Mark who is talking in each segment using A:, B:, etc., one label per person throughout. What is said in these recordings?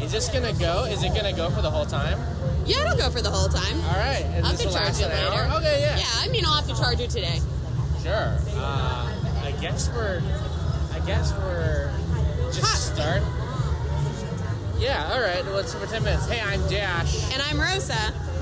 A: Is this gonna go? Is it gonna go for the whole time?
B: Yeah, it'll go for the whole time.
A: All right. And
B: I'll have
A: this
B: to
A: will
B: charge
A: last
B: you
A: an
B: later.
A: hour. Okay. Yeah.
B: Yeah, I mean, I'll have to charge you today.
A: Sure. Uh, I guess we're. I guess we're. Just
B: Hot.
A: start. Yeah. All right. Let's for ten minutes. Hey, I'm Dash,
B: And I'm Rosa.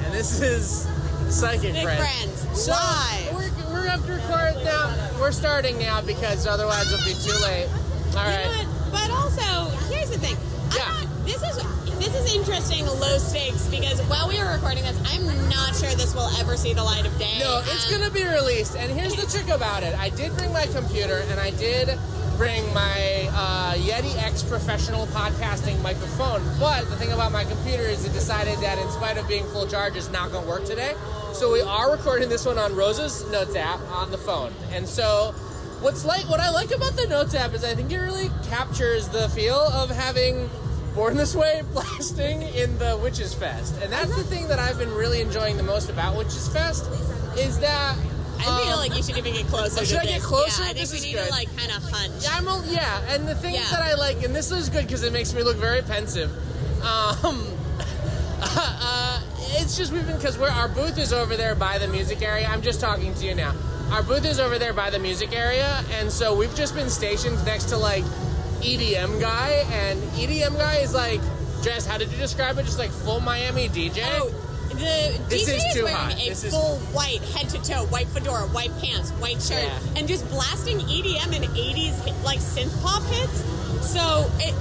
A: and this is Psychic
B: Big
A: Friends.
B: Friends,
A: So
B: live.
A: We're, we're up to record now. We're starting now because otherwise it'll be too late. All
B: You
A: right.
B: know what? But also, here's the thing. I'm
A: Yeah.
B: not, this is this is interesting low stakes because while we were recording this, I'm not sure this will ever see the light of day.
A: No, it's
B: Um,
A: gonna be released. And here's the trick about it: I did bring my computer, and I did bring my uh, Yeti X professional podcasting microphone. But the thing about my computer is it decided that, in spite of being full charge, it's not gonna work today. So we are recording this one on Rose's Notes app on the phone. And so, what's like what I like about the Notes app is I think it really captures the feel of having. Born This Way blasting in the Witches Fest. And that's the thing that I've been really enjoying the most about Witches Fest is that
B: I feel
A: um,
B: like you should even get closer.
A: Oh,
B: to
A: should I
B: this.
A: get closer?
B: Yeah, I think
A: This
B: we
A: is
B: need
A: good.
B: to like kind of hunch.
A: I'm a, yeah, and the thing
B: Yeah.
A: that I like, and this is good because it makes me look very pensive. Um, uh, it's just we've been because we're our booth is over there by the music area. I'm just talking to you now. Our booth is over there by the music area, and so we've just been stationed next to like EDM guy, and EDM guy is like, Jess, how did you describe it? Just like full Miami DJ.
B: Oh, the
A: This is
B: DJ is,
A: too
B: wearing
A: hot.
B: a
A: This is-
B: full white head to toe, white fedora, white pants, white shirt,
A: Yeah.
B: and just blasting EDM and 80s hit- like synth pop hits. So, it,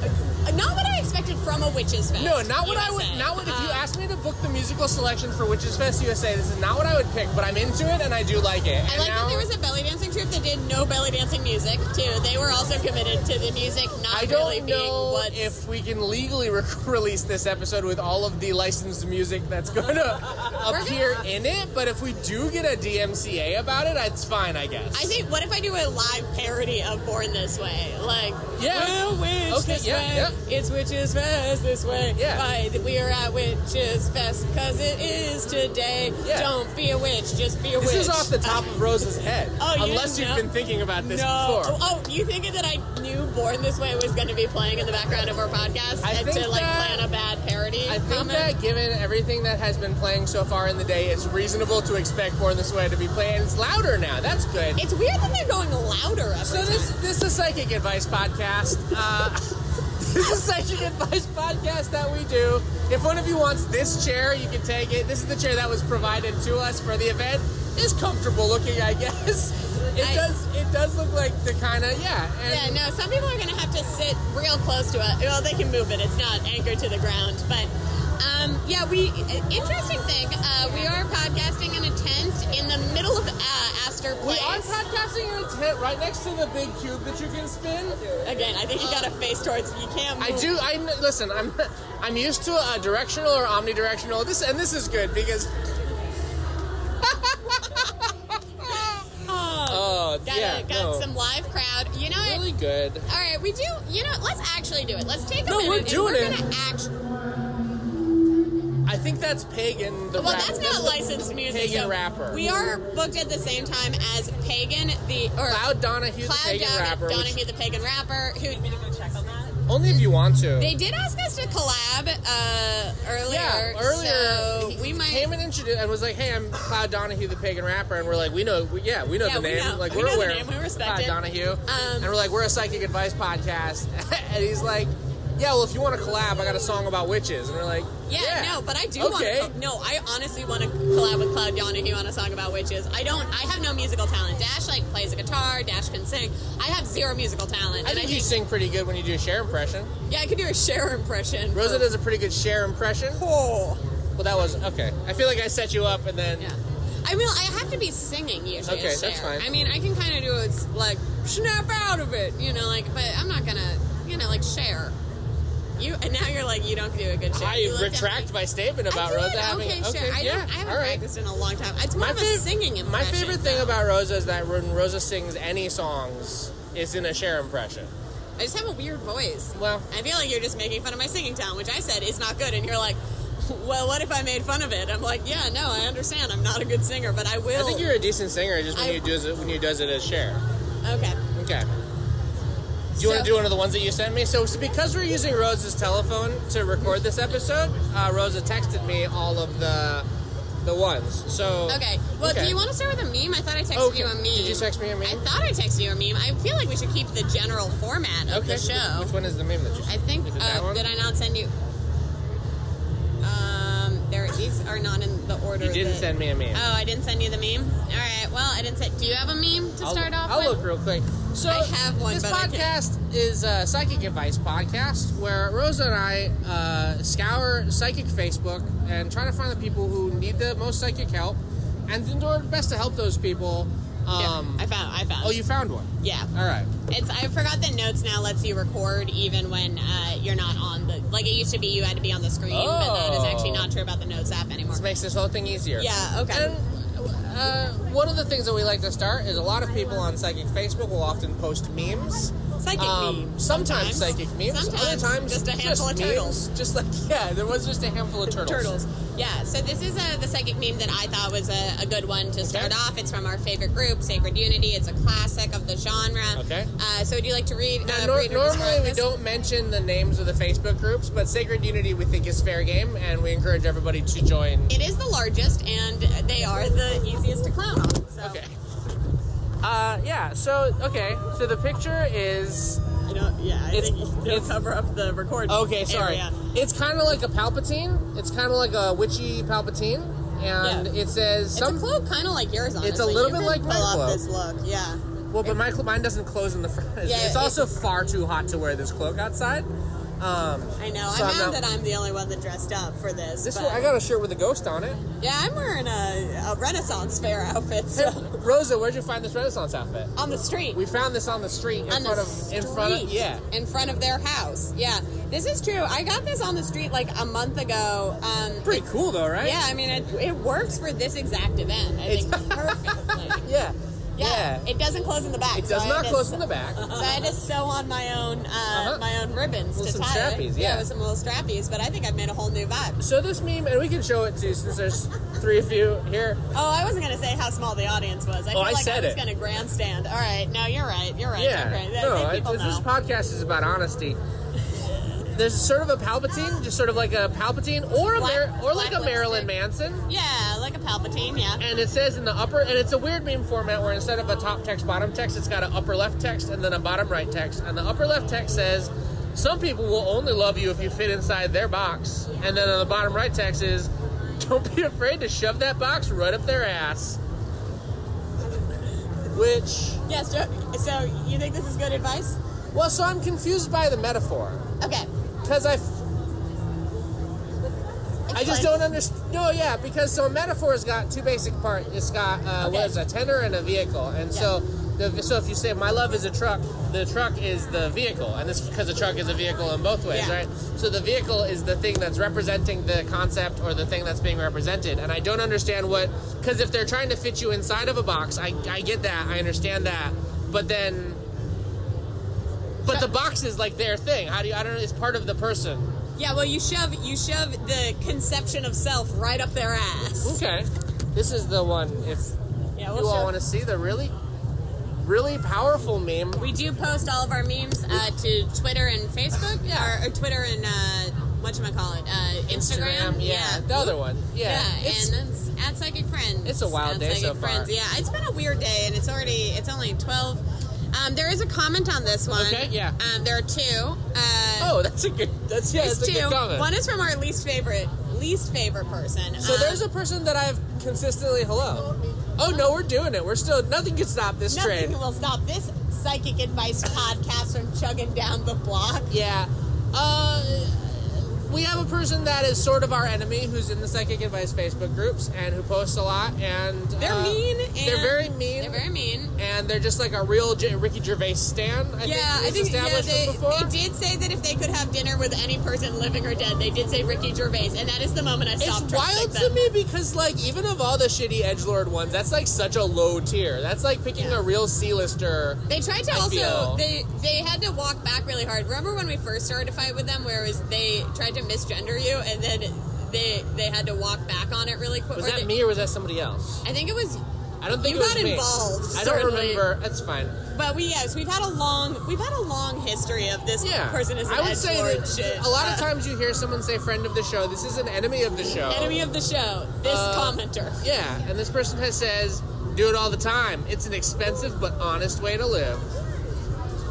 B: not what I expected from a witches fest.
A: No, not what I
B: USA.
A: would. Not what if you
B: Uh,
A: asked me to book the musical selection for Witches Fest USA. This is not what I would pick, but I'm into it and I do like it.
B: I like that there was a belly dancing troupe that did no belly dancing music too. They were also committed to the music not
A: I don't
B: really being
A: know
B: what's
A: if we can legally re- release this episode with all of the licensed music that's going to appear in it, but if we do get a DMCA about it, it's fine, I guess.
B: I think. What if I do a live parody of Born This Way? Like,
A: Yeah.
B: we're witch
A: Okay,
B: this
A: yeah,
B: way.
A: yeah.
B: It's witches fest this way.
A: Yeah.
B: Why th- we are at witches fest because it is today.
A: Yeah.
B: Don't be a witch, just be a witch.
A: this is off the top of Rose's head.
B: Oh, you
A: unless
B: didn't
A: you've
B: know?
A: been thinking about this
B: no.
A: before.
B: Oh, oh, you thinking that I knew Born This Way was going to be playing in the background of our podcast
A: I
B: and
A: think
B: to like
A: that-
B: plan a bad parody?
A: I think
B: comment?
A: that given everything that has been playing so far in the day, it's reasonable to expect Born This Way to be playing. It's louder now. That's good.
B: it's weird that they're going louder. Every
A: So this
B: time.
A: this is psychic advice podcast. Uh, this is psychic advice podcast that we do. If one of you wants this chair, you can take it. This is the chair that was provided to us for the event. It's comfortable looking, I guess. It
B: I-
A: does it does look like the kind of yeah.
B: Yeah,
A: And
B: no, some people are going to have to sit real close to it. Well, they can move it. It's not anchored to the ground. But, um, yeah, we, interesting thing, uh, we are podcasting in a tent in the middle of uh, Astor
A: we
B: Place.
A: are podcasting in a tent right next to the big cube that you can spin.
B: Again, I think you got to face towards, you can't move.
A: I do. I kn- listen. I'm I'm used to uh, directional or omnidirectional. This and this is good because oh
B: Oh, got
A: yeah,
B: got
A: no.
B: some live crowd. You know what?
A: really good.
B: All right, we do. You know, let's actually do it. Let's take a
A: No,
B: minute.
A: we're
B: and
A: doing
B: we're
A: it.
B: Gonna act-
A: I think that's pagan. The
B: well,
A: rap-
B: that's not
A: the
B: licensed music.
A: pagan
B: so
A: rapper.
B: We are booked at the same time as Pagan, the or
A: Cloud Donahue, the
B: Cloud
A: pagan
B: Don-
A: rapper. which-
B: Donahue, the pagan rapper, who
A: only if you want to.
B: they did ask us to collab uh, earlier.
A: yeah, earlier
B: so
A: he
B: we might.
A: came and introduced and was like, "Hey, I'm Cloud Donahue, the pagan rapper," and we're like, "We know, we, yeah, we know
B: Yeah,
A: the
B: we
A: name,
B: know.
A: like
B: We
A: are
B: know the
A: aware,
B: name.
A: of
B: We respect
A: Cloud
B: it." Um,
A: Donahue," and we're like, "We're a psychic advice podcast," and he's like, "Yeah, well, if you want to collab, I got a song about witches," and we're like,
B: yeah, no, but I do
A: okay.
B: want to. No, I honestly want to collab with Cloud Donahue on a song about witches. I don't. I have no musical talent. Dash like plays a guitar. Dash can sing. I have zero musical talent.
A: I
B: and
A: think you sing pretty good when you do a share impression.
B: yeah, I could do a Cher impression.
A: Rosa
B: for-
A: does a pretty good share impression.
B: Oh.
A: Well, that was okay. I feel like I set you up, and then
B: Yeah. I will. I have to be singing usually.
A: Okay,
B: as
A: that's
B: Cher.
A: fine.
B: I mean, I can kind of do it's like snap out of it, you know, like. But I'm not gonna, you know, like share. You and now you're like you don't do a good share.
A: I
B: You look
A: retract
B: down, like,
A: my statement
B: I
A: about
B: do
A: Rosa
B: it
A: having
B: okay, Cher. I,
A: yeah,
B: don't, I haven't
A: all right.
B: practiced in a long time. It's more of a
A: fav-
B: singing impression.
A: my favorite thing
B: though.
A: about Rosa is that when Rosa sings any songs, it's in a share impression.
B: I just have a weird voice.
A: Well-
B: I feel like you're just making fun of my singing talent, which I said is not good, and you're like. Well, what if I made fun of it? I'm like, yeah, no, I understand. I'm not a good singer, but I will.
A: I think you're a decent singer just when
B: I-
A: you does it when you does it as share.
B: okay.
A: Okay. Do you want to
B: So-
A: do one of the ones that you sent me? So, so because we're using Rose's telephone to record this episode, uh, Rosa texted me all of the the ones. So
B: Okay. Well,
A: Okay.
B: do you want to start with a meme? I thought I texted
A: Okay.
B: you a meme.
A: Did you text me a meme?
B: I thought I texted you a meme. I feel like we should keep the general format of
A: okay.
B: the show.
A: Which, which one is the meme that you?
B: I think.
A: Is it that
B: Uh,
A: one?
B: did I not send you? Um, there. These are not in the order.
A: You didn't
B: that-
A: send me a meme.
B: Oh, I didn't send you the meme. All right. Well, I didn't send. Do you have a meme to
A: I'll-
B: start off
A: I'll
B: with?
A: look real quick. So
B: I have one,
A: This
B: but I can't.
A: podcast is a psychic advice podcast where Rosa and I uh, scour psychic Facebook and try to find the people who need the most psychic help, and do our best to help those people. Um,
B: yeah, I found. I found.
A: oh, you found one.
B: Yeah.
A: All right.
B: It's. I forgot that notes now lets you record even when uh, you're not on the. Like it used to be, you had to be on the screen, but that is actually
A: Oh.
B: not true about the notes app anymore.
A: This makes this whole thing easier.
B: Yeah, okay.
A: And uh, one of the things that we like to start is a lot of people on Psychic Facebook will often post memes. Um,
B: Psychic
A: Sometimes,
B: meme. Sometimes.
A: psychic memes.
B: Sometimes
A: Other times,
B: just a handful of
A: memes.
B: turtles.
A: Just like yeah, there was just a handful of turtles.
B: Yeah, so this is uh the psychic meme that I thought was a, a good one to start
A: Okay.
B: off. It's from our favorite group, Sacred Unity. It's a classic of the genre.
A: Okay.
B: Uh, so would you like to read?
A: Now,
B: uh,
A: nor-
B: read or
A: normally
B: describe
A: we
B: this?
A: don't mention the names of the Facebook groups, but Sacred Unity we think is fair game, and we encourage everybody to join.
B: It is the largest, and they are the easiest to clown on. So.
A: Okay. Uh, yeah. So okay. So the picture is
B: I don't. Yeah, I
A: It's- think you still it's-
B: cover up the recording.
A: Okay, sorry. It's kind of like a Palpatine. It's kind of like a witchy Palpatine, and
B: Yeah.
A: it says
B: It's a
A: some.
B: cloak, kind of like yours. Honestly,
A: It's a little
B: You
A: bit
B: could
A: like
B: pull
A: my
B: off
A: cloak.
B: this look. Yeah.
A: well, but my cl- mine doesn't close in the front. It's,
B: Yeah,
A: it's
B: it-
A: also far too hot to wear this cloak outside. Um,
B: I know.
A: So
B: I'm
A: I'm
B: mad
A: not-
B: that I'm the only one that dressed up for this.
A: this
B: but-
A: one, I got a shirt with a ghost on it.
B: yeah, I'm wearing a, a Renaissance fair outfit. So.
A: Rosa, where'd you find this Renaissance outfit?
B: on the street.
A: We found this on the street in
B: on
A: front
B: the
A: of in front of
B: street,
A: yeah.
B: in front of their house. Yeah, this is true. I got this on the street like a month ago. Um,
A: Pretty cool though, right?
B: yeah, I mean it, it works for this exact event. I think perfectly.
A: Yeah.
B: Yeah, it doesn't close in the back.
A: It does
B: so I
A: not
B: had to
A: close
B: s-
A: in the back. Uh-huh.
B: So I had to sew on my own uh, my own ribbons
A: With
B: to
A: some
B: tie it.
A: strappies, yeah.
B: with some little strappies. But I think I've made a whole new vibe.
A: So this meme, and we can show it too, since there's three of you here.
B: Oh, I wasn't gonna say how small the audience was. I feel
A: Oh, I
B: like
A: said
B: I was
A: it.
B: gonna grandstand. All right, no, you're right. You're right.
A: Yeah.
B: Okay. I
A: No,
B: think
A: I-
B: people
A: this,
B: know.
A: this podcast is about honesty. There's sort of a Palpatine, just sort of like a Palpatine, or a
B: Black-
A: Mar- or like
B: black
A: a Marilyn
B: lipstick.
A: Manson.
B: yeah, like a Palpatine. Yeah.
A: And it says in the upper, and it's a weird meme format where instead of a top text, bottom text, it's got an upper left text and then a bottom right text. And the upper left text says, "Some people will only love you if you fit inside their box." And then on the bottom right text is, "Don't be afraid to shove that box right up their ass." Which,
B: Yes, Joe. So you think this is good advice?
A: well, so I'm confused by the metaphor.
B: Okay.
A: Because I, I just
B: Explain.
A: don't understand. No, yeah, because so a metaphor's got two basic parts. It's got uh,
B: Okay.
A: what is it, a tender and a vehicle, and
B: Yeah.
A: so. The, so if you say my love is a truck, the truck is the vehicle, and this because a truck is a vehicle in both ways,
B: Yeah.
A: right? So the vehicle is the thing that's representing the concept or the thing that's being represented, and I don't understand what because if they're trying to fit you inside of a box, I, I get that, I understand that, but then but the box is like their thing. How do you? I don't know. It's part of the person.
B: Yeah. Well, you shove you shove the conception of self right up their ass.
A: Okay. This is the one. If
B: Yeah.
A: you
B: We'll
A: all
B: shove.
A: want to see the really, really powerful meme,
B: we do post all of our memes uh, to Twitter and Facebook. Yeah. Or, or Twitter and uh, what call it? Uh, Instagram.
A: yeah, the other one, yeah.
B: Yeah,
A: It's-
B: and that's at Psychic Friends.
A: It's a wild
B: at
A: day
B: Psychic
A: so far.
B: Friends. Yeah, it's been a weird day, and it's already it's only twelve. Um, there is a comment on this one.
A: Okay, yeah.
B: Um, there are two. Uh,
A: oh, that's a good. That's yeah,
B: There's
A: that's a
B: two.
A: good comment.
B: One is from our least favorite, least favorite person.
A: so
B: Um,
A: there's a person that I've consistently hello. Oh no, we're doing it. We're still nothing can stop this
B: Um, nothing
A: train.
B: will stop this psychic advice podcast from chugging down the block.
A: Yeah. Uh, we have a person that is sort of our enemy who's in the psychic advice Facebook groups and who posts a lot and
B: They're
A: uh,
B: mean. And
A: They're very mean.
B: They're very mean.
A: and they're just like a real J- Ricky Gervais stand. I think
B: Yeah, I
A: was
B: think yeah,
A: established
B: they,
A: from before.
B: they did say that if they could have dinner with any person living or dead, they did say Ricky Gervais, and that is the moment I stopped.
A: It's
B: trusting
A: wild to
B: them.
A: me because like even of all the shitty edgelord ones, that's like such a low tier. That's like picking
B: Yeah.
A: a real C-lister.
B: They tried to
A: I
B: also
A: feel-
B: they they had to walk back really hard. Remember when we first started to fight with them, where it was they tried to misgender you, and then they they had to walk back on it really quick.
A: Was
B: or
A: that
B: they-
A: me or was that somebody else?
B: I think it was.
A: I I don't think
B: You
A: it was
B: got
A: me.
B: involved,
A: I don't
B: certainly.
A: remember. That's fine.
B: But we yes, we've had a long we've had a long history of this
A: Yeah.
B: person is an
A: I would say
B: edgelord
A: that
B: shit.
A: a lot of
B: Uh,
A: times you hear someone say friend of the show. This is an enemy of the show.
B: enemy of the show. This
A: Uh,
B: commenter.
A: Yeah, and this person has says, do it all the time. It's an expensive but honest way to live.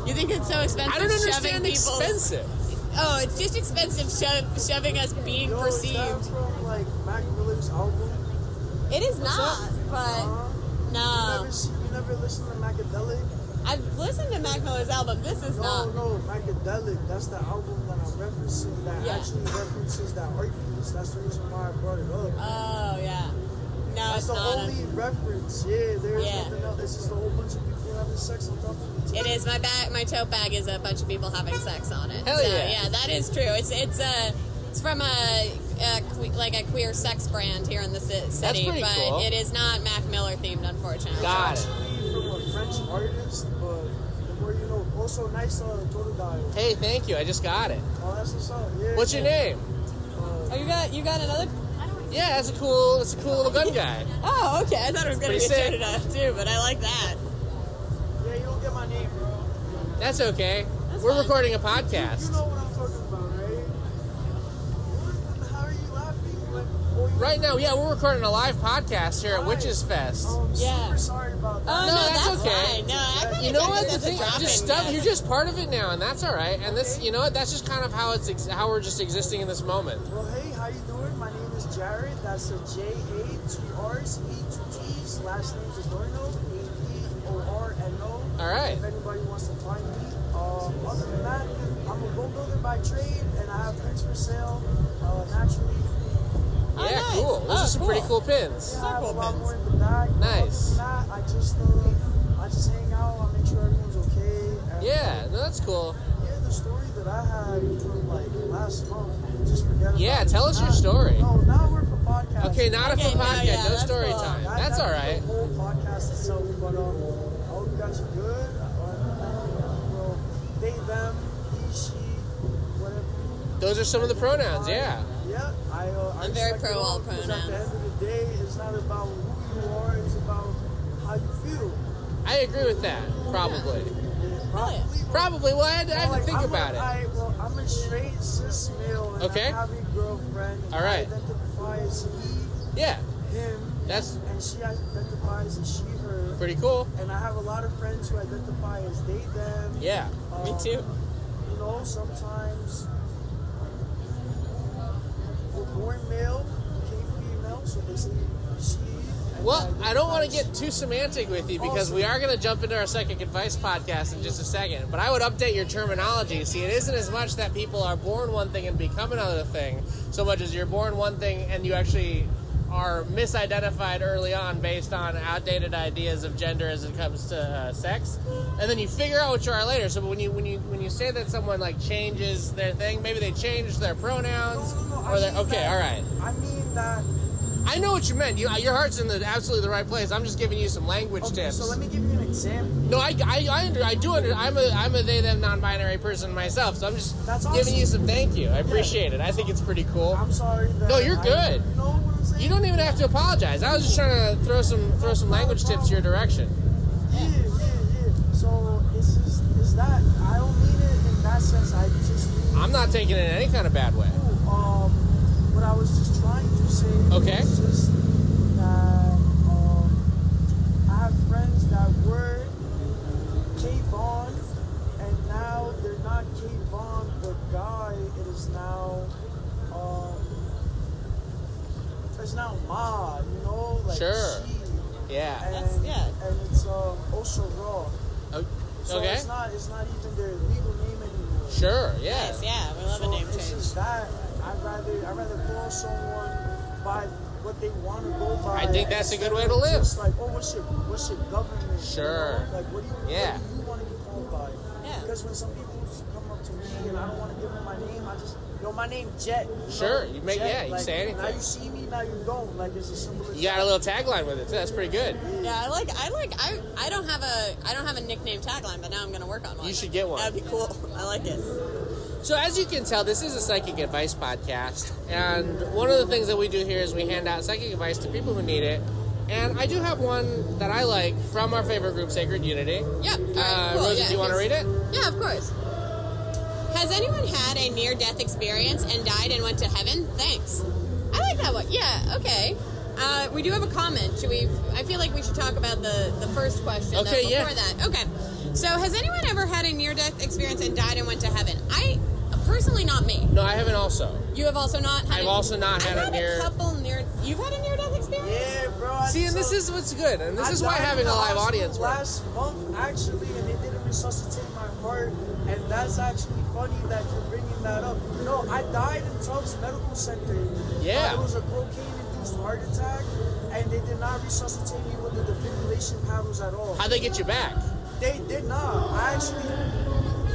B: You think it's so expensive?
A: I don't understand
B: shoving people's-
A: expensive.
B: Oh, it's just expensive sho- shoving us being
C: You know, it sounds
B: perceived.
C: from like Mac Miller's album.
B: It is not,
C: Uh,
B: but
C: you,
B: no.
C: never, see- you never listen to Macadelic?
B: I've listened to Mac Miller's album. This is
C: No,
B: not.
C: no, Macadelic. That's the album that I'm referencing that
B: Yeah.
C: actually references that artist. That's the reason why I brought it up.
B: Oh yeah. No,
C: That's
B: it's
C: the
B: not. a-
C: only reference. Yeah, there's
B: Yeah.
C: nothing else. It's just a whole bunch of people having sex on top of each
B: It
C: other.
B: is my bag. My tote bag is a bunch of people having sex on it.
A: Hell
B: so,
A: yeah.
B: that is true. It's it's a it's from a, a que- like a queer sex brand here in the ci- city,
A: pretty
B: but
A: cool.
B: it is not Mac Miller themed, unfortunately.
A: Got it.
C: Actually, from a French artist, but the more you know. Also, nice uh, total dial.
A: Hey, thank you. I just got it.
C: Oh, that's what's up. Yeah.
A: What's your name?
B: Oh, you got you got another.
A: Yeah, that's a cool. That's a cool little gun guy.
B: Oh, okay. I thought it was gonna
A: Pretty
B: be
A: sick. Oh,
B: shouted out too, but I like that.
C: Yeah, you don't get my name, bro.
A: That's okay.
B: That's
A: We're
B: fine.
A: recording a
C: You
A: podcast
C: know what I'm talking about, right? How are you laughing when oh, you
A: right now. Yeah, we're recording a live podcast here at
C: Right.
A: Witches Fest.
C: Oh, I'm
B: Yeah.
C: super sorry about
B: Oh
C: that.
B: no,
A: that's
B: that's,
A: okay.
B: fine. No, I kinda
A: You know
B: took
A: what?
B: this
A: The
B: as a
A: thing,
B: drop-in
A: just stuff.
B: guest.
A: You're just part of it now, and that's all right. And this,
C: Okay.
A: you know what? That's just kind of how it's ex- how we're just existing in this moment.
C: Well, hey, how you doing? My name is Jared. That's a J A two R's E two T's. Last name's Adorno. A D O R N O.
A: All right.
C: If anybody wants to find me, um, other than that, I'm a boat builder by trade, and I have prints for sale. Uh, naturally,
B: Oh,
A: yeah,
B: nice.
A: cool. Those
B: Oh,
A: are some pretty cool
B: cool.
A: pins.
C: I have a
B: cool
C: lot
B: pins.
C: more in the back. Other
A: Nice.
C: than that, I just uh, I just hang out. I make sure everyone's okay. And,
A: Yeah, no, that's cool.
C: Yeah, the story that I had from like last month, just forget
A: Yeah,
C: about it.
A: tell us your
C: Not-
A: story.
C: No, now we're for podcast.
A: Okay, not a
B: Okay,
A: for
B: no,
A: podcast.
B: yeah,
A: no
B: that's
A: story
B: cool.
A: time.
C: That-
A: That's all
C: that'd be
A: right.
C: The whole podcast itself, but um, I hope you guys are good. Uh, well, they, them, he, she, whatever.
A: Those are some of the pronouns. Yeah.
C: Yeah, I. Uh, I
B: I'm very
C: respect
B: pro
C: it
B: all
C: 'cause At the
B: pronouns.
C: end of the day, it's not about who you are; it's about how you feel.
A: I agree with that. Probably.
C: Probably.
A: Probably. Well, I had to, I had
C: Well,
A: to
C: like,
A: think
C: I'm
A: about
C: a,
A: it.
C: I, well, I'm a straight cis male. And
A: Okay.
C: I have a girlfriend. and
A: All right.
C: I identify as he,
A: Yeah.
C: him,
A: That's
C: and she identifies as she, her.
A: pretty cool.
C: And I have a lot of friends who identify as they, them.
A: Yeah.
C: Um,
B: Me too.
C: You know, sometimes we're born male, became female, so they say she. and
A: Well, I don't want to
C: identify as
A: get too semantic with you because
C: Awesome.
A: we are going to jump into our psychic advice podcast in just a second. But I would update your terminology. See, it isn't as much that people are born one thing and become another thing, so much as you're born one thing and you actually are misidentified early on based on outdated ideas of gender as it comes to uh, sex, and then you figure out what you are later. So when you when you when you say that someone like changes their thing, maybe they change their pronouns
C: No, no, no, I
A: or their
C: mean
A: okay,
C: that-
A: all right.
C: I mean that.
A: I know what you meant. You, your heart's in the absolutely the right place. I'm just giving you some language
C: Okay,
A: tips.
C: so let me give you an example.
A: no, I, I, I, under, I do under. I'm a, I'm a they them non-binary person myself. So I'm just
C: That's
A: giving
C: awesome.
A: you some thank you. I appreciate it. I think it's pretty cool.
C: I'm sorry that.
A: No, you're
C: I-
A: good.
C: you know what I'm saying?
A: You don't even have to apologize. I was just trying to throw some throw some language tips your direction.
C: Yeah, yeah, yeah. So it's just it's that I don't mean it in that sense. I just mean
A: I'm not taking it in any kind of bad way.
C: um what I was just trying to say.
A: Okay.
C: was just that um I have friends that were K-Von and now they're not K-Von the guy. It is now um it's now Ma. You know, like
A: Sure.
C: she.
A: Yeah.
C: And,
B: That's- yeah.
C: and it's um, also raw.
A: O-
C: So
A: Okay.
C: it's not it's not even their legal name anymore.
A: Sure. Yeah.
B: Yes, yeah, we love
C: so
B: a name
C: it's
B: change.
C: just that I'd rather I'd rather call someone by what they want to go by.
A: I think that's a good way to
C: instead of
A: live.
C: Just like oh, what's your what's your government? you
A: Sure.
C: know? Like what do you
A: Yeah.
C: what do you want to be called by?
B: Yeah.
C: Because when some people come up to me and I don't want to give them my name, I just yo my name Jet. you know?
A: Sure, you make-
C: Jet,
A: yeah, you
C: like,
A: say
C: Now
A: anything.
C: you see me, now you don't. Like it's as simple as
A: You got a little tagline with it. too. That's pretty good.
B: Yeah, I like I like I I don't have a I don't have a nickname tagline, but now I'm gonna work on one.
A: You should get one.
B: That'd be cool. I like it.
A: So, as you can tell, this is a psychic advice podcast. And one of the things that we do here is we hand out psychic advice to people who need it. And I do have one that I like from our favorite group, Sacred Unity.
B: Yep. All right,
A: Uh,
B: cool.
A: Rosie,
B: yeah,
A: do you want to
B: thanks.
A: read it?
B: Yeah, of course. Has anyone had a near death experience and died and went to heaven? Thanks. I like that one. Yeah, okay. Uh, we do have a comment. Should we? I feel like we should talk about the, the first question.
A: Okay,
B: though, before
A: yeah.
B: that. Okay. So, has anyone ever had a near death experience and died and went to heaven? I, personally, not me.
A: No, I haven't also.
B: You have also not had
A: I've
B: a-
A: also not had
B: I've
A: a
B: had
A: near-
B: a couple near. You've had a near death experience?
C: Yeah, bro. I-
A: See, and this
C: so-
A: is what's good, and this
C: I
A: is why
C: died in
A: having
C: the
A: a live
C: hospital
A: audience works.
C: Last month, actually, and they didn't resuscitate my heart, and that's actually funny that you're bringing that up. No, I died in Trump's medical center.
A: Yeah.
C: Uh, it was a cocaine-induced heart attack, and they did not resuscitate me with the defibrillation paddles at all.
A: How'd they get you back?
C: They did not. I actually,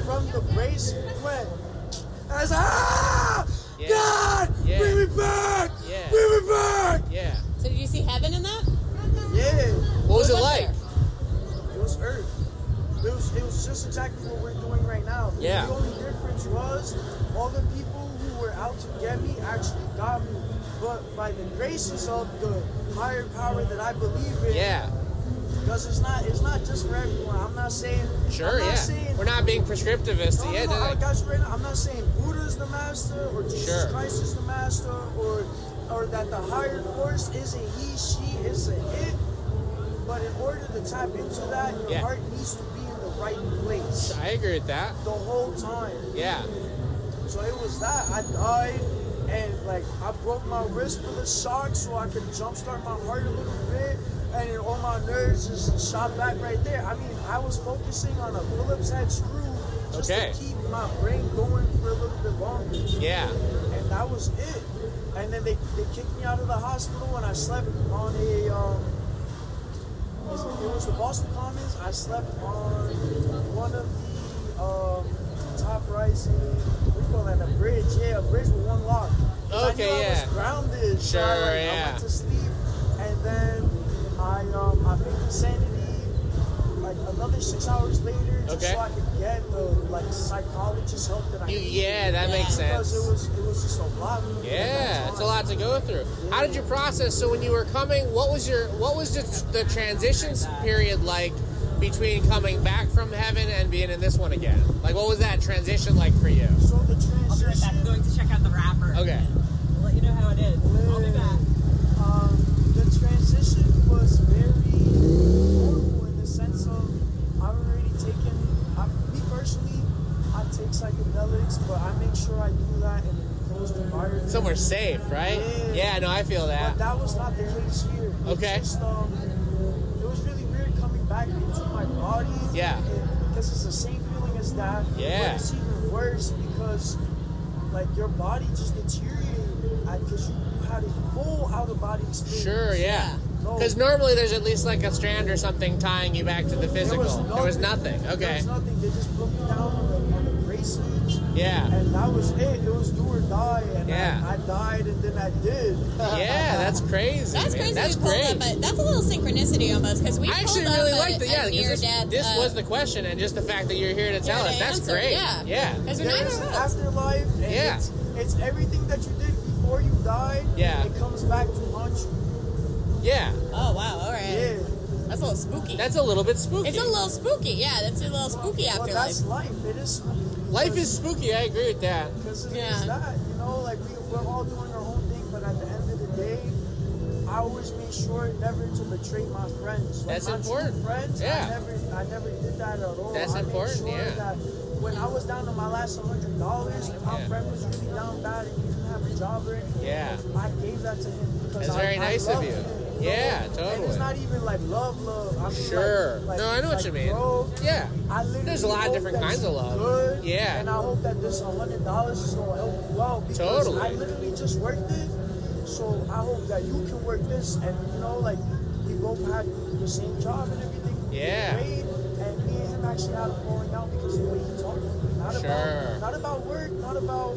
C: from the brace, went. I was like, ah,
A: Yeah.
C: God,
A: Yeah.
C: bring me back,
A: Yeah.
C: bring me back.
A: Yeah.
B: So, did you see heaven in that?
C: Yeah.
A: What was it
B: What was
A: like?
B: there?
C: It was Earth. It was, it was just exactly what we're doing right now.
A: Yeah.
C: The only difference was all the people who were out to get me actually got me. But by the graces of the higher power that I believe in,
A: Yeah.
C: because it's not it's not just for everyone. I'm not saying
A: Sure,
C: I'm not Oh,
A: yeah.
C: Saying,
A: We're not being prescriptivist.
C: no,
A: yeah,
C: no, I
A: no, no.
C: got you right now. I'm not saying Buddha's the master or Jesus
A: Sure.
C: Christ is the master or or that the higher force is a he, she, is a it. But in order to tap into that, your
A: Yeah.
C: heart needs to be in the right place
A: I agree with that.
C: the whole time.
A: Yeah.
C: So it was that. I died and like I broke my wrist with a sock so I could jumpstart my heart a little bit and then all my nerves just shot back right there. I mean I was focusing on a Phillips head screw just
A: Okay.
C: to keep my brain going for a little bit longer.
A: Yeah.
C: And that was it. And then they, they kicked me out of the hospital and I slept on a um it was- it was the Boston Commons. I slept on one of the um, top rising, we call that a bridge. Yeah, a bridge with one lock. 'Cause I knew
A: Okay,
C: I
A: yeah.
C: was grounded. so I,
A: Sure,
C: like, I
A: yeah.
C: went to sleep, and then I um, I think insanity. Like another six hours later, just
A: Okay.
C: so I could get the like psychologist help that I
A: You,
C: needed.
A: yeah, that makes
C: Because it
A: sense.
C: was it was just a lot. for me at that
A: Yeah, it's a
C: time.
A: lot to go through. How did you process? So when you were coming, what was your what was the, the transition period like between coming back from heaven and being in this one again? Like, what was that transition like for you?
C: So the
D: I'll be right back. I'm
C: transition.
D: going to check out the wrapper.
A: Okay.
D: I'll let you know how it is. I'll be back.
C: Um, the transition was very horrible in the sense of I've already taken, I, me personally, I take psychedelics, but I make sure I do that in a closed environment.
A: Somewhere safe, right? Yeah, no, I feel
C: But
A: that.
C: that was not the case here. It was
A: Okay.
C: Just, um, it was really weird coming back into my body.
A: Yeah.
C: and- because it's the same feeling as that.
A: Yeah.
C: But it's even worse because, like, your body just deteriorated because you had a full out of body experience.
A: Sure, yeah. Because normally there's at least like a strand or something tying you back to the physical. There was nothing.
C: There
A: Okay.
C: was nothing. They just put me down on the, on the braces.
A: Yeah.
C: And that was it. It was do or die. And I-
A: Yeah.
C: I, died and then I did.
A: Yeah, that's crazy.
B: That's
A: man.
B: crazy.
A: That's
B: we pulled
A: great.
B: up a, that's a little synchronicity almost because we
A: I actually
B: pulled
A: really
B: up
A: liked
B: a,
A: the yeah.
B: a
A: 'cause
B: near
A: This,
B: death.
A: this
B: uh,
A: was the question, and just the fact that you're here to tell
B: near
A: us,
B: death
A: that's
B: answer,
A: great.
B: yeah.
A: yeah.
B: 'Cause
C: There
B: neither
C: is
B: of
C: an
B: us-
C: afterlife, and
A: Yeah.
C: it's, it's everything that you did before you died.
A: Yeah.
C: It comes back to haunt you.
A: Yeah.
B: Oh wow! All right,
C: Yeah.
B: that's a little spooky.
A: That's a little bit spooky.
B: it's a little spooky. Yeah, that's a little spooky
C: Well,
B: afterlife.
C: that's life. It is spooky.
A: Life is spooky. I agree with that.
C: Because it's
B: Yeah.
C: that, you know, like we, we're all doing our own thing, but at the end of the day, I always made sure never to betray my friends. Like
A: That's
C: my true
A: important.
C: Friends,
A: Yeah.
C: I never, I never did that at all.
A: That's
C: I made
A: important,
C: Sure
A: yeah.
C: That when I was down to my last hundred dollars, and my
A: Yeah.
C: friend was really down bad and he didn't have a job or anything,
A: Yeah.
C: I gave that to him because
A: That's
C: I,
A: very
C: I
A: nice of
C: loved
A: you.
C: Him,
A: Yeah,
C: know? And
A: totally.
C: it's not even like love, love. I mean, like-
A: Sure.
C: like-
A: no, I know what
C: like,
A: you mean.
C: Bro,
A: yeah.
C: I literally
A: There's a lot of
C: hope
A: different
C: that
A: kinds of
C: you're
A: love.
C: good,
A: Yeah.
C: And I hope that this hundred dollars is gonna help you out because
A: Totally.
C: I literally just worked it. So I hope that you can work this, and you know, like we both had the same job and everything. we did
A: Yeah.
C: Great. And me and him actually had a falling out because of the way he talked. to me. Not
A: Sure.
C: about not about work, not about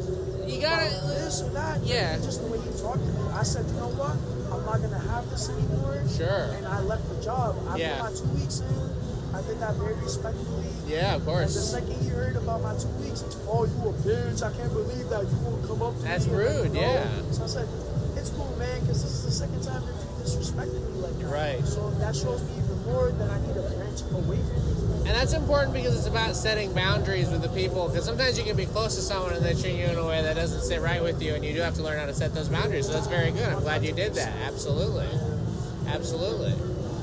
A: You gotta-
C: about this or that.
A: Yeah.
C: Just the way he talked to me. I said, you know what? I'm not gonna have this anymore.
A: Sure.
C: And I left the job. I
A: Yeah.
C: put my two weeks in. I did that very respectfully.
A: Yeah, of
C: And the
A: course.
C: second you heard about my two weeks, oh, you a bitch. I can't believe that you won't come up to
A: That's
C: me. and let me
A: rude,
C: know."
A: yeah.
C: So I said, it's cool, man, because this is the second time that you've disrespected me like that.
A: Right.
C: So that shows me even more that I need to branch away from these people.
A: And that's important because it's about setting boundaries with the people. Because sometimes you can be close to someone and they treat you in a way that doesn't sit right with you, and you do have to learn how to set those boundaries. So that's very good. I'm glad you did that. Absolutely, absolutely.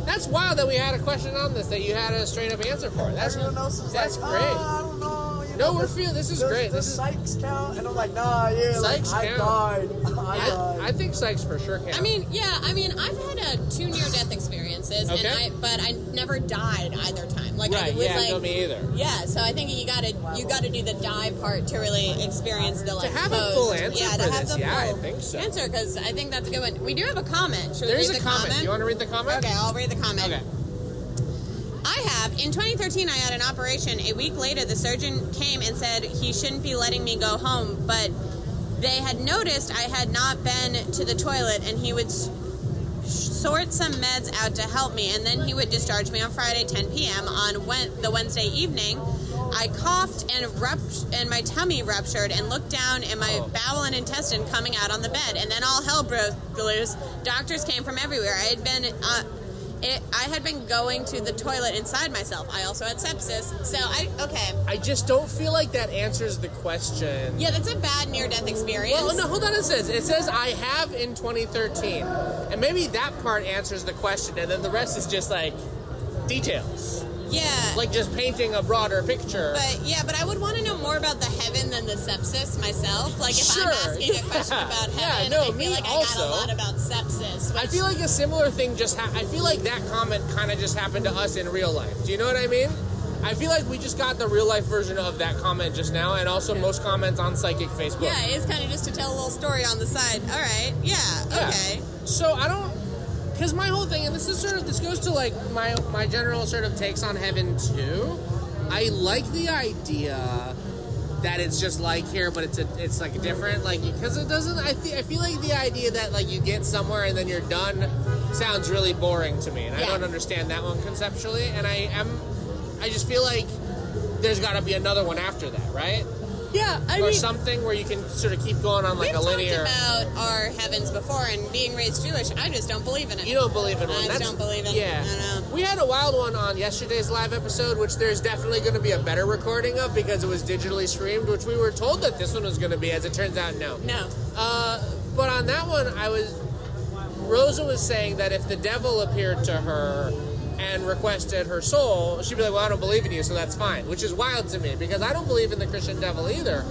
A: That's wild that we had a question on this that you had a straight up answer for. That's
C: Everyone else is
A: that's
C: like,
A: great.
C: "Ah, I don't know. You
A: No,
C: know,
A: we're
C: the-
A: feeling this is
C: the-
A: great.
C: The
A: This is
C: Sykes count, and I'm like, nah, yeah, like,
A: Sykes
C: I
A: count.
C: died. I
A: I,
C: died.
A: I think Sykes for sure can.
B: I mean, yeah. I mean, I've had uh, two near-death experiences,
A: Okay.
B: and I but I never died either time. Like I
A: right?
B: was
A: Yeah,
B: like,
A: no, me either.
B: yeah. So I think you gotta you gotta do the die part to really experience the like
A: have a
B: post.
A: full answer
B: yeah, to
A: for
B: have
A: this,
B: the
A: yeah, I
B: full
A: think so.
B: Answer because I think that's a good one. We do have a comment. Should we
A: There's
B: read
A: a
B: the
A: comment. You want to read the comment?
B: Okay, I'll read the comment.
A: Okay.
B: I have. In 2013, I had an operation. A week later, the surgeon came and said he shouldn't be letting me go home, but they had noticed I had not been to the toilet and he would s- sort some meds out to help me, and then he would discharge me on Friday, 10 p.m. On Wed- the Wednesday evening, I coughed and rupt- and my tummy ruptured, and looked down, and my
A: Oh.
B: bowel and intestine coming out on the bed, and then all hell broke loose. Doctors came from everywhere. I had been. Uh, it, I had been going to the toilet inside myself. I also had sepsis. So I okay.
A: I just don't feel like that answers the question.
B: Yeah, that's a bad near-death experience.
A: Well, no, hold on. It says it says I have in 2013, and maybe that part answers the question, and then the rest is just like details,
B: Yeah.
A: like just painting a broader picture.
B: But yeah, but I would want to know more about the heaven than the sepsis myself. Like if
A: Sure,
B: I'm asking
A: yeah.
B: a question about
A: Yeah,
B: heaven,
A: no,
B: I feel
A: me
B: like I
A: also.
B: got a lot about sepsis.
A: I
B: which-
A: feel like a similar thing just ha- I feel like that comment kind of just happened to us in real life. Do you know what I mean? I feel like we just got the real life version of that comment just now, and also most comments on Psychic Facebook.
B: yeah, it's kind of just to tell a little story on the side. All right, yeah,
A: Yeah.
B: okay,
A: So I don't, because my whole thing, and this is sort of this goes to like my my general sort of takes on heaven too. I like the idea that it's just like here, but it's a it's like different, like because it doesn't. I th- I feel like the idea that like you get somewhere and then you're done sounds really boring to me, and I
B: Yeah.
A: don't understand that one conceptually. And I am, I just feel like there's got to be another one after that, right?
B: yeah. I
A: or something where you can sort of keep going on like
B: we've
A: a
B: talked
A: linear.
B: about our heavens before, and being raised Jewish, I just don't believe in it.
A: You don't believe in one.
B: I
A: That's,
B: don't believe in-
A: Yeah,
B: I know.
A: we had a wild one on yesterday's live episode, which there's definitely going to be a better recording of because it was digitally streamed, which we were told that this one was going to be. As it turns out, no.
B: no.
A: Uh, but on that one, I was Rosa was saying that if the devil appeared to her and requested her soul, she'd be like, "Well, I don't believe in you, so that's fine," which is wild to me because I don't believe in the Christian devil either.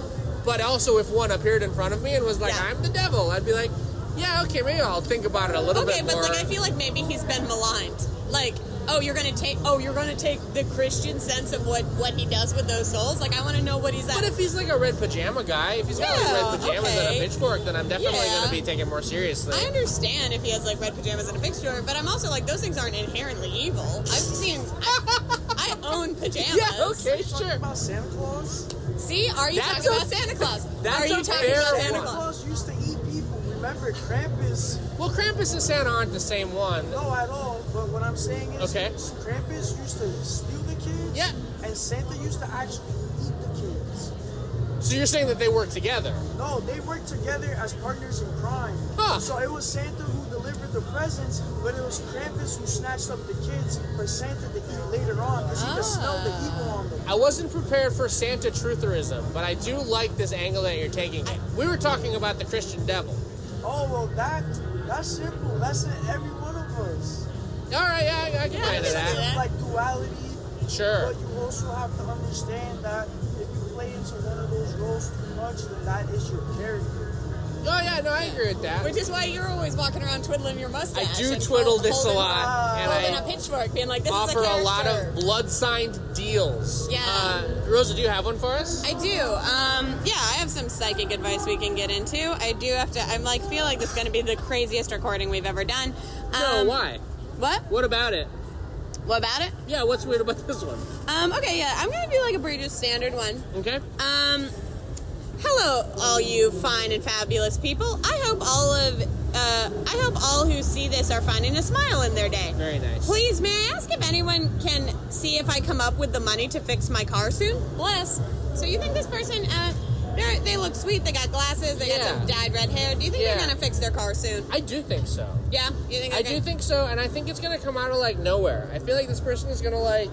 A: But also, if one appeared in front of me and was like,
B: Yeah.
A: "I'm the devil," I'd be like. Yeah, okay, maybe I'll think about it a little
B: Okay,
A: bit
B: but
A: more.
B: like I feel like maybe he's been maligned. Like, oh, you're gonna take, oh, you're gonna take the Christian sense of what what he does with those souls. Like, I want to know what he's at.
A: But if he's like a red pajama guy, if he's got
B: Yeah,
A: like red pajamas
B: okay.
A: and a pitchfork, then I'm definitely
B: Yeah.
A: going to be taken more seriously.
B: I understand if he has like red pajamas and a big store, but I'm also like those things aren't inherently evil. I've seen I, I own pajamas.
A: yeah, okay, sure.
C: about Santa Claus?
B: See, are you
A: That's
B: talking
A: a-
B: about Santa Claus?
A: that's
B: are you
A: a
B: talking
A: fair
B: about Santa
A: one.
C: Santa
B: Claus?
C: Claus used to eat people. Remember, Krampus?
A: Well, Krampus and Santa aren't the same one.
C: No, at all. But what I'm saying is,
A: Okay.
C: Krampus used to steal the kids.
A: Yeah.
C: And Santa used to actually eat the kids.
A: So you're saying that they work together?
C: No, they worked together as partners in crime.
A: Huh.
C: So it was Santa who delivered the presents, but it was Krampus who snatched up the kids for Santa to eat later on because he could smell the
A: Ah.
C: evil on them.
A: I wasn't prepared for Santa trutherism, but I do like this angle that you're taking it. We were talking about the Christian devil.
C: Oh well, that that's simple. That's in every one of us.
A: All right, yeah, I, I can
B: Yeah,
A: buy into
B: I can see
A: that.
B: that.
C: Like duality.
A: Sure.
C: But you also have to understand that if you play into one of those roles too much, then that is your character.
A: Oh yeah, no, I agree with that.
B: Which is why you're always walking around twiddling your mustache.
A: I do
B: and
A: twiddle
B: hold- Oh.
A: this a
B: holding-
A: lot, and
B: Holding a
A: I
B: pitchfork, being like, "This is
A: offer a,
B: a,
A: lot
B: character.
A: of blood signed deals.
B: Yeah.
A: Uh, Rosa, do you have one for us?
B: I do. Um, yeah, I have some psychic advice we can get into. I do have to. I'm like feel like this is going to be the craziest recording we've ever done.
A: no,
B: Um,
A: why?
B: What?
A: What about it?
B: What about it?
A: Yeah, what's weird about this one?
B: Um, okay, yeah, I'm going to do like a pretty just standard one.
A: Okay.
B: Um, hello, all you fine and fabulous people. I hope all of uh, I hope all who see this are finding a smile in their day.
A: Very nice.
B: Please, may I ask if anyone can see if I come up with the money to fix my car soon? Bless. So you think this person? Uh, They're, they look sweet. They got glasses. They
A: Yeah.
B: got some dyed red hair. Do you think
A: Yeah.
B: they're gonna fix their car soon?
A: I do think so.
B: Yeah, you think?
A: I
B: okay.
A: do think so, and I think it's gonna come out of like nowhere. I feel like this person is gonna like.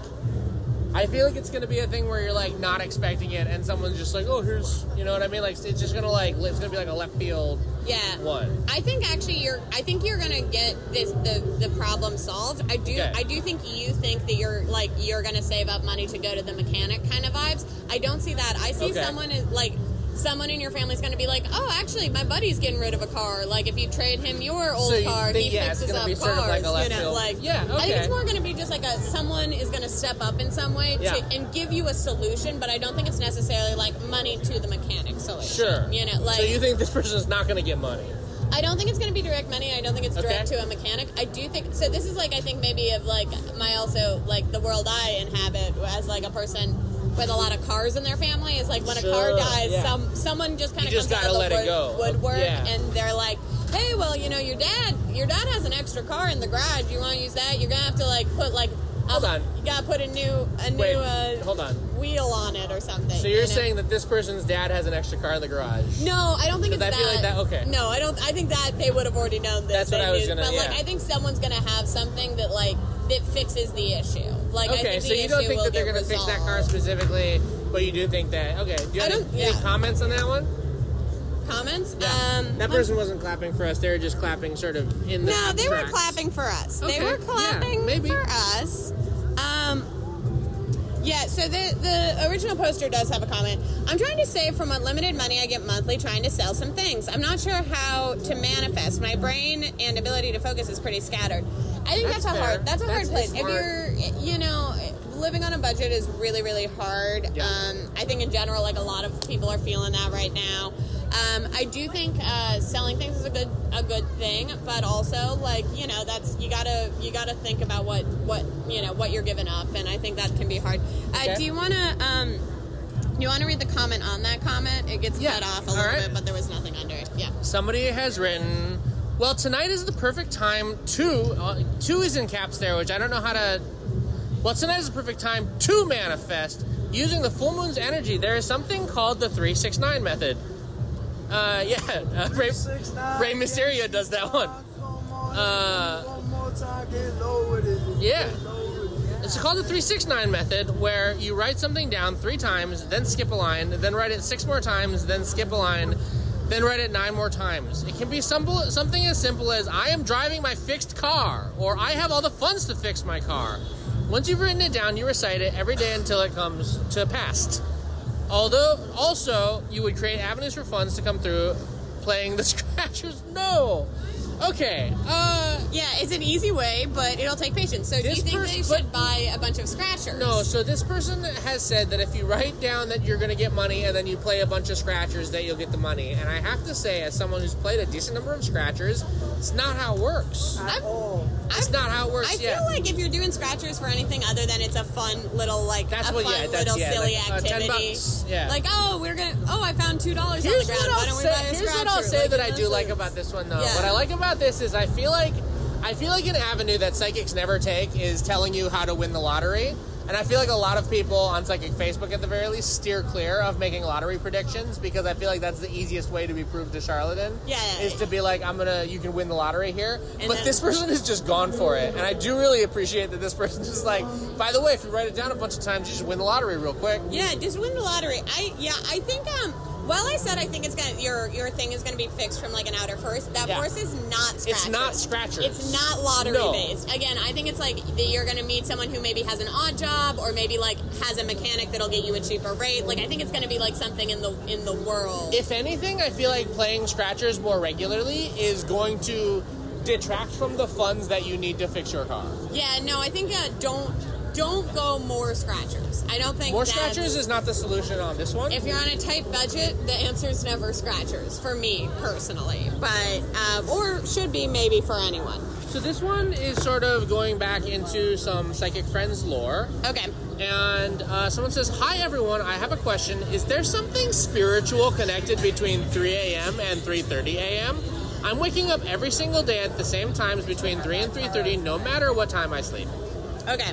A: I feel like it's gonna be a thing where you're like not expecting it, and someone's just like, "Oh, here's," you know what I mean? Like it's just gonna like it's gonna be like a left field
B: Yeah.
A: one.
B: I think actually you're. I think you're gonna get this the, the problem solved. I do.
A: Okay.
B: I do think you think that you're like you're gonna save up money to go to the mechanic kind of vibes. I don't see that. I see
A: Okay.
B: someone is like someone in your family's gonna be like, oh, actually, my buddy's getting rid of a car. Like if you trade him your old
A: So you
B: car,
A: think,
B: he
A: yeah, it's
B: fixes
A: gonna
B: up
A: be
B: cars.
A: sort of like a left
B: you know,
A: field-
B: like
A: Yeah,
B: I think
A: okay.
B: it's more gonna be just like a someone is gonna step up in some way
A: Yeah.
B: to, and give you a solution. But I don't think it's necessarily like money to the mechanic solution.
A: Sure.
B: You know, like
A: so you think this person is not gonna get money?
B: I don't think it's going to be direct money. I don't think it's
A: Okay.
B: direct to a mechanic. I do think so. This is like I think maybe of like my also like the world I inhabit as like a person with a lot of cars in their family is like when a car
A: Sure,
B: dies,
A: yeah.
B: some someone just kind of
A: You just
B: comes out
A: gotta
B: of the
A: let it
B: wood-
A: go.
B: woodwork
A: Yeah.
B: and they're like, hey, well you know your dad, your dad has an extra car in the garage. You want to use that? You're gonna have to like put like a-
A: Hold on.
B: You gotta put a new a new
A: Wait,
B: uh,
A: hold on.
B: wheel on it or something.
A: So
B: you
A: you're
B: know?
A: saying that this person's dad has an extra car in the garage?
B: No, I don't think it's
A: Because I feel like that- okay.
B: No, I don't. I think that they would have already known this.
A: That's what
B: They
A: I was
B: knew-
A: gonna-
B: But like,
A: yeah.
B: I think someone's gonna have something that like that fixes the issue. Like, I
A: okay,
B: think
A: so
B: the
A: you don't
B: issue
A: think
B: will
A: that they're
B: get
A: gonna fix that car
B: resolved.
A: specifically, but you do think that. Okay, do you
B: I
A: have any,
B: don't-
A: any
B: yeah.
A: comments on that one?
B: Comments? Um,
A: that person wasn't clapping for us. They were just clapping sort of in the.
B: No, they were
A: tracks.
B: clapping for us.
A: Okay,
B: They were
A: yeah,
B: clapping
A: maybe.
B: for us. Um, yeah, so the, the original poster does have a comment. I'm trying to save from what limited money I get monthly trying to sell some things. I'm not sure how to manifest. My brain and ability to focus is pretty scattered. I think
A: That's
B: that's, a
A: fair.
B: hard that's a
A: That's
B: hard place.
A: smart.
B: If you're you know, living on a budget is really, really hard.
A: Yeah.
B: Um, I think in general, like a lot of people are feeling that right now. Um, I do think uh, selling things is a good a good thing, but also like you know that's you gotta you gotta think about what what you know what you're giving up, and I think that can be hard.
A: Okay.
B: Uh, do you wanna um, do you wanna read the comment on that comment? It gets
A: Yeah.
B: cut off a
A: All
B: little
A: right.
B: bit, but there was nothing under it. Yeah.
A: Somebody has written, "Well, tonight is the perfect time to uh, two is in caps there, which I don't know how to. Well, tonight is the perfect time to manifest using the full moon's energy. There is something called the three six nine method. Uh, yeah, uh, Ray,
C: Six, nine,
A: Ray Mysterio
C: yes,
A: does that one.
C: Come on,
A: Uh,
C: one more time, get low with it.
A: Yeah.
C: Get low with it, yeah.
A: It's called the 369 method, where you write something down three times, then skip a line, then write it six more times, then skip a line, then write it nine more times. It can be simple, something as simple as I am driving my fixed car, or I have all the funds to fix my car. Once you've written it down, you recite it every day until it comes to past. Although, also, you would create avenues for funds to come through playing the scratchers. No! Okay, uh,
B: Yeah, it's an easy way, but it'll take patience. So do
A: This
B: you think they
A: pers- but-
B: should buy a bunch of scratchers?
A: No, so this person has said that if you write down that you're going to get money and then you play a bunch of scratchers, that you'll get the money. And I have to say, as someone who's played a decent number of scratchers, it's not how it works.
B: I'm-
C: Oh,
A: It's
B: I'm-
A: not how it works
B: Uh, I
A: yet.
B: feel like if you're doing scratchers for anything other than it's a fun little like
A: That's
B: a
A: what-
B: fun
A: yeah, that's-
B: little
A: yeah,
B: silly
A: like, uh, 10
B: activity.
A: bucks, yeah.
B: Like oh we're gonna oh I found two dollars on the
A: here's
B: ground.
A: what
B: Why
A: I'll
B: don't we
A: say,
B: buy a
A: here's what
B: scratcher?
A: I'll say
B: Like,
A: that I
B: this
A: do like
B: is-
A: about this one though.
B: Yeah.
A: What I like about this is I feel like I feel like an avenue that psychics never take is telling you how to win the lottery. And I feel like a lot of people on psychic Facebook at the very least steer clear of making lottery predictions because I feel like that's the easiest way to be proved a charlatan.
B: Yeah, yeah,
A: Is to be like, I'm gonna you can win the lottery here.
B: And
A: but
B: then-
A: this person is just gone for it. And I do really appreciate that this person is like, by the way, if you write it down a bunch of times, you just win the lottery real quick.
B: Yeah, just win the lottery. I yeah, I think um while I said I think it's gonna your your thing is gonna be fixed from like an outer force, that
A: Yeah.
B: force is not scratchers.
A: It's not scratchers.
B: It's not lottery
A: No.
B: based. Again, I think it's like that you're going to meet someone who maybe has an odd job or maybe like has a mechanic that'll get you a cheaper rate. Like I think it's going to be like something in the in the world.
A: if anything, I feel like playing scratchers more regularly is going to detract from the funds that you need to fix your car.
B: yeah, no, I think uh, don't don't go more scratchers. I don't think
A: More
B: that's-
A: scratchers is not the solution on this one.
B: If you're on a tight budget, the answer is never scratchers for me personally, but um, or should be maybe for anyone.
A: so this one is sort of going back into some psychic friends lore.
B: Okay.
A: And uh, someone says, "Hi everyone, I have a question. Is there something spiritual connected between 3 a.m. and 3:30 a.m.? I'm waking up every single day at the same times between 3 and 3:30, no matter what time I sleep."
B: Okay.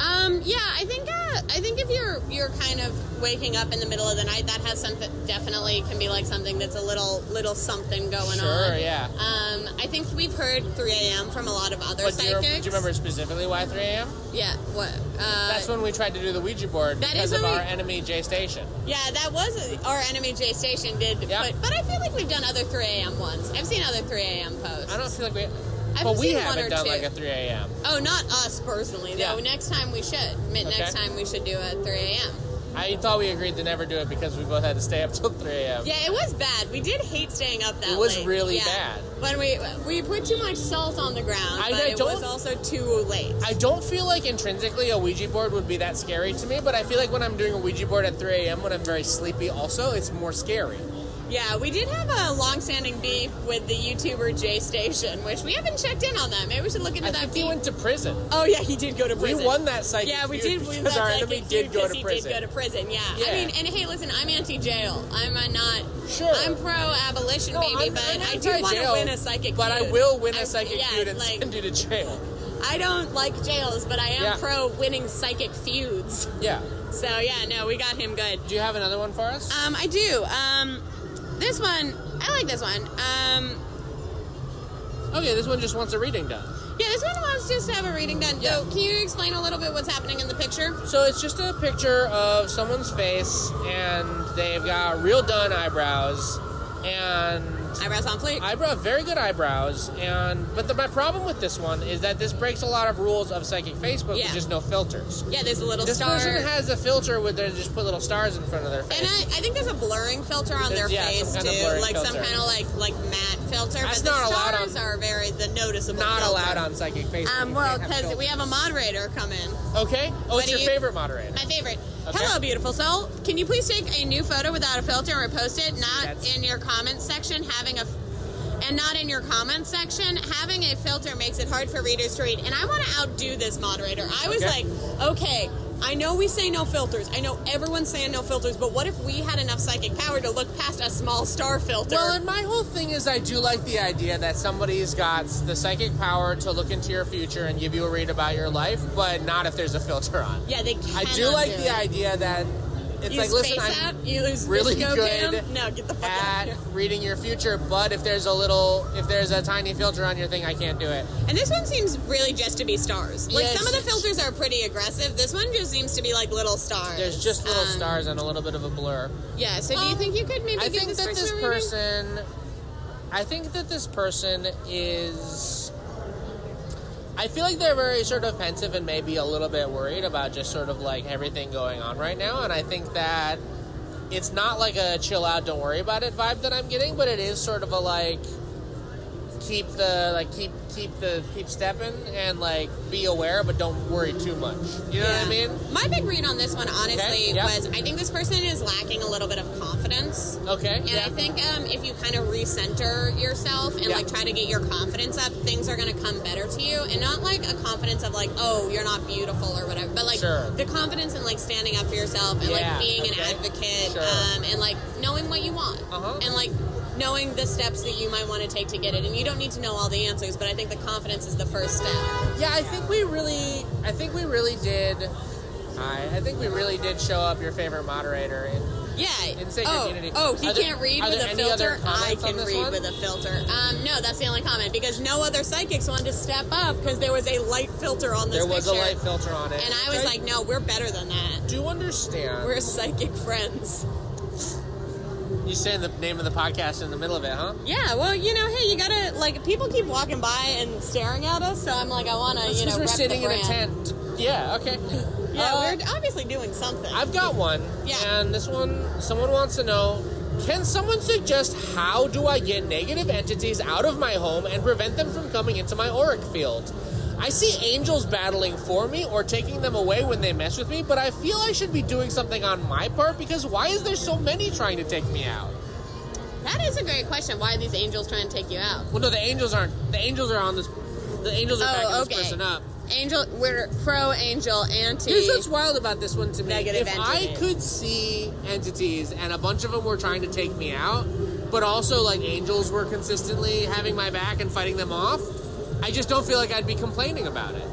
B: Um, yeah, I think uh, Yeah, I think if you're you're kind of waking up in the middle of the night, that has something definitely can be like something that's a little little something going on.
A: Sure, yeah.
B: Um, I think we've heard 3 a.m. from a lot of other
A: But do you,
B: psychics.
A: do you remember specifically why 3 a.m.?
B: Yeah. What? Uh,
A: That's when we tried to do the Ouija board
B: That
A: because
B: is
A: of
B: when
A: our
B: we-
A: enemy J Station.
B: yeah, that was our enemy J Station did.
A: Yeah.
B: But, but I feel like we've done other 3 a.m. ones. I've seen other 3 a.m. posts.
A: I don't feel like we. but we
B: seen one
A: haven't
B: or
A: done
B: two.
A: like a 3 a.m.
B: Oh, not us personally. No,
A: Yeah.
B: next time we should. Mid-
A: Okay.
B: Next time we should do a 3 a.m.
A: I thought we agreed to never do it because we both had to stay up till 3 a.m.
B: Yeah, it was bad. We did hate staying up that.
A: It was
B: late.
A: really
B: Yeah.
A: bad.
B: When we we put too much salt on the ground,
A: I-
B: but
A: I
B: it
A: don't-
B: was also too late.
A: I don't feel like intrinsically a Ouija board would be that scary to me, but I feel like when I'm doing a Ouija board at 3 a.m. when I'm very sleepy, also, it's more scary.
B: yeah, we did have a long-standing beef with the YouTuber J Station, which we haven't checked in on that. Maybe we should look into
A: I
B: that.
A: think
B: beef.
A: he went to prison.
B: oh yeah, he did go to prison.
A: We won that psychic
B: Yeah, we
A: feud
B: did win
A: because
B: that
A: our
B: psychic
A: enemy
B: feud
A: did go
B: 'cause
A: to
B: he
A: prison.
B: did go to prison. Yeah. I
A: Yeah.
B: mean, and hey, listen, I'm anti-jail. I'm uh, not.
A: Sure.
B: I'm pro-abolition,
A: No,
B: baby,
A: I'm-
B: but
A: I'm
B: I do want to
A: anti-jail,
B: win a psychic.
A: But
B: feud.
A: I will win
B: I-
A: a psychic
B: yeah,
A: feud and
B: like,
A: send you to jail.
B: I don't like jails, but I am
A: Yeah.
B: pro winning psychic feuds.
A: Yeah.
B: So yeah, no, we got him good.
A: Do you have another one for us?
B: Um, I do. Um, this one, I like this one. Um,
A: okay, this one just wants a reading done.
B: yeah, this one wants just to have a reading done.
A: Yeah.
B: So can you explain a little bit what's happening in the picture?
A: So it's just a picture of someone's face, and they've got real done eyebrows, and
B: Eyebrows on fleek.
A: eyebrow very good eyebrows and but the, my problem with this one is that this breaks a lot of rules of psychic facebook
B: Yeah.
A: which is no filters
B: yeah, there's a little
A: this
B: star.
A: person has a filter where they just put little stars in front of their face
B: and I, I think there's a blurring filter on their
A: There's- yeah,
B: face
A: some kind of
B: too,
A: blurring
B: like some
A: filter.
B: kind of like like matte filter.
A: That's
B: but the
A: not allowed on-
B: stars are very the noticeable.
A: not
B: filter.
A: allowed on psychic facebook
B: Um,
A: You
B: well,
A: can't have
B: because we
A: filters.
B: have a moderator come in.
A: okay oh
B: What do
A: it's your
B: you-
A: favorite moderator
B: My favorite.
A: Okay.
B: Hello, beautiful soul. Can you please take a new photo without a filter and repost it? Not
A: That's-
B: in your comments section. Having a and not in your comments section. Having a filter makes it hard for readers to read. And I want to outdo this moderator. I was
A: Okay.
B: like, okay. I know we say no filters. I know everyone's saying no filters, but what if we had enough psychic power to look past a small star filter?
A: well, and my whole thing is, I do like the idea that somebody's got the psychic power to look into your future and give you a read about your life, but not if there's a filter on.
B: yeah, they
A: I
B: cannot
A: do like
B: do
A: the idea that it's
B: You
A: like, listen,
B: space
A: I'm,
B: app, you lose
A: really
B: disco
A: good
B: cam. No, get the fuck
A: at
B: out of here.
A: reading your future, but if there's a little, if there's a tiny filter on your thing, I can't do it.
B: And this one seems really just to be stars. Like
A: Yeah,
B: some of the
A: it's-
B: filters are pretty aggressive. This one just seems to be like little stars.
A: There's just little
B: Um,
A: stars and a little bit of a blur.
B: Yeah. So do you
A: Um,
B: think you could maybe?
A: I
B: give
A: think
B: this
A: that
B: person
A: this
B: a reading?
A: person, I think that this person is. I feel like they're very sort of pensive and maybe a little bit worried about just sort of like everything going on right now, and I think that it's not like a chill out, don't worry about it vibe that I'm getting, but it is sort of a like keep the like keep keep the keep stepping and like be aware but don't worry too much. You know what I
B: Yeah.
A: mean?
B: My big read on this one, honestly,
A: Okay, yeah.
B: was I think this person is lacking a little bit of confidence.
A: Okay.
B: And I think um, if you kind of recenter yourself and
A: Yeah.
B: like try to get your confidence up, things are going to come better to you. And not like a confidence of like, oh, you're not beautiful or whatever, but like
A: Sure.
B: the confidence in like standing up for yourself and
A: Yeah,
B: like being an
A: okay.
B: advocate
A: Sure.
B: um, and like knowing what you want
A: Uh-huh.
B: and like knowing the steps that you might want to take to get it. And you don't need to know all the answers, but I think the confidence is the first step.
A: Yeah, I think we really, I think we really did. I, I think we really did show up your favorite moderator. And
B: Yeah.
A: In Sacred
B: oh,
A: Unity.
B: oh, he
A: Are there-
B: can't read
A: are
B: with
A: there
B: a
A: any other
B: filter. I
A: comments on
B: can
A: this
B: read
A: one?
B: with a filter. Um, no, that's the only comment because no other psychics wanted to step up because there was a light filter on this
A: there was a
B: picture.
A: light filter on it,
B: And I was
A: Which
B: like, no, we're better than that.
A: "Do understand?"
B: We're psychic friends.
A: you saying the name of the podcast in the middle of it, huh?
B: Yeah, well, you know, hey, you gotta like people keep walking by and staring at us, so I'm like, I wanna, you
A: Because
B: know,
A: we're
B: rep the
A: sitting in a
B: brand.
A: tent. Yeah. Okay.
B: Yeah,
A: Uh,
B: we're obviously doing something.
A: I've got one.
B: Yeah.
A: And this one, someone wants to know. Can someone suggest how do I get negative entities out of my home and prevent them from coming into my auric field? I see angels battling for me or taking them away when they mess with me, but I feel I should be doing something on my part because why is there so many trying to take me out?
B: That is a great question. Why are these angels trying to take you out?
A: Well, no, the angels aren't. The angels are on this. The angels are backing
B: oh,
A: this
B: okay.
A: person up.
B: Angel, we're pro angel, anti.
A: Here's what's wild about this one to me.
B: Negative
A: if I
B: entities.
A: could see entities and a bunch of them were trying to take me out, but also like angels were consistently having my back and fighting them off, I just don't feel like I'd be complaining about it.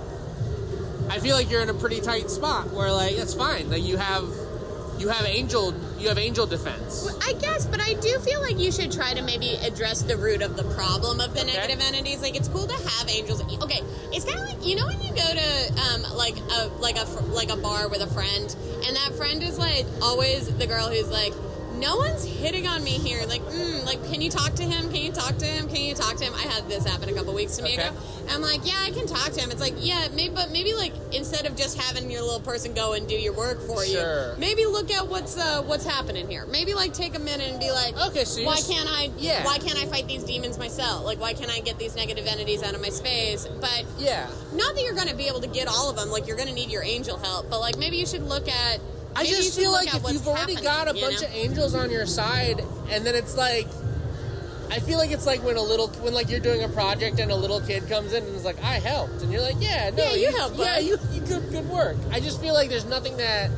A: I feel like you're in a pretty tight spot where like that's fine. Like you have you have angel you have angel defense.
B: I guess, but I do feel like you should try to maybe address the root of the problem of the
A: Okay.
B: negative entities. Like it's cool to have angels. Okay, it's kind of like you know when you go to um, like a like a fr- like a bar with a friend, and that friend is like always the girl who's like. No one's hitting on me here. Like, mm, like, can you talk to him? Can you talk to him? Can you talk to him? I had this happen a couple weeks to me
A: Okay.
B: ago. And I'm like, yeah, I can talk to him. It's like, yeah, maybe, but maybe like instead of just having your little person go and do your work for
A: Sure.
B: you, maybe look at what's uh, what's happening here. Maybe like take a minute and be like,
A: Okay, so you're
B: why
A: s-
B: can't I?
A: Yeah.
B: Why can't I fight these demons myself? Like, why can't I get these negative entities out of my space? But
A: Yeah.
B: not that you're going to be able to get all of them. Like, you're going to need your angel help. But like, maybe you should look at.
A: I
B: maybe you
A: just
B: should
A: feel
B: look
A: like
B: at
A: if
B: what's
A: you've already
B: happening,
A: got a
B: you
A: bunch
B: know?
A: of angels on your side, and then it's like, I feel like it's like when a little when like you're doing a project and a little kid comes in and is like, I helped, and you're like, yeah, no,
B: Yeah, you helped,
A: yeah,
B: bud."
A: you, you good good work. I just feel like there's nothing that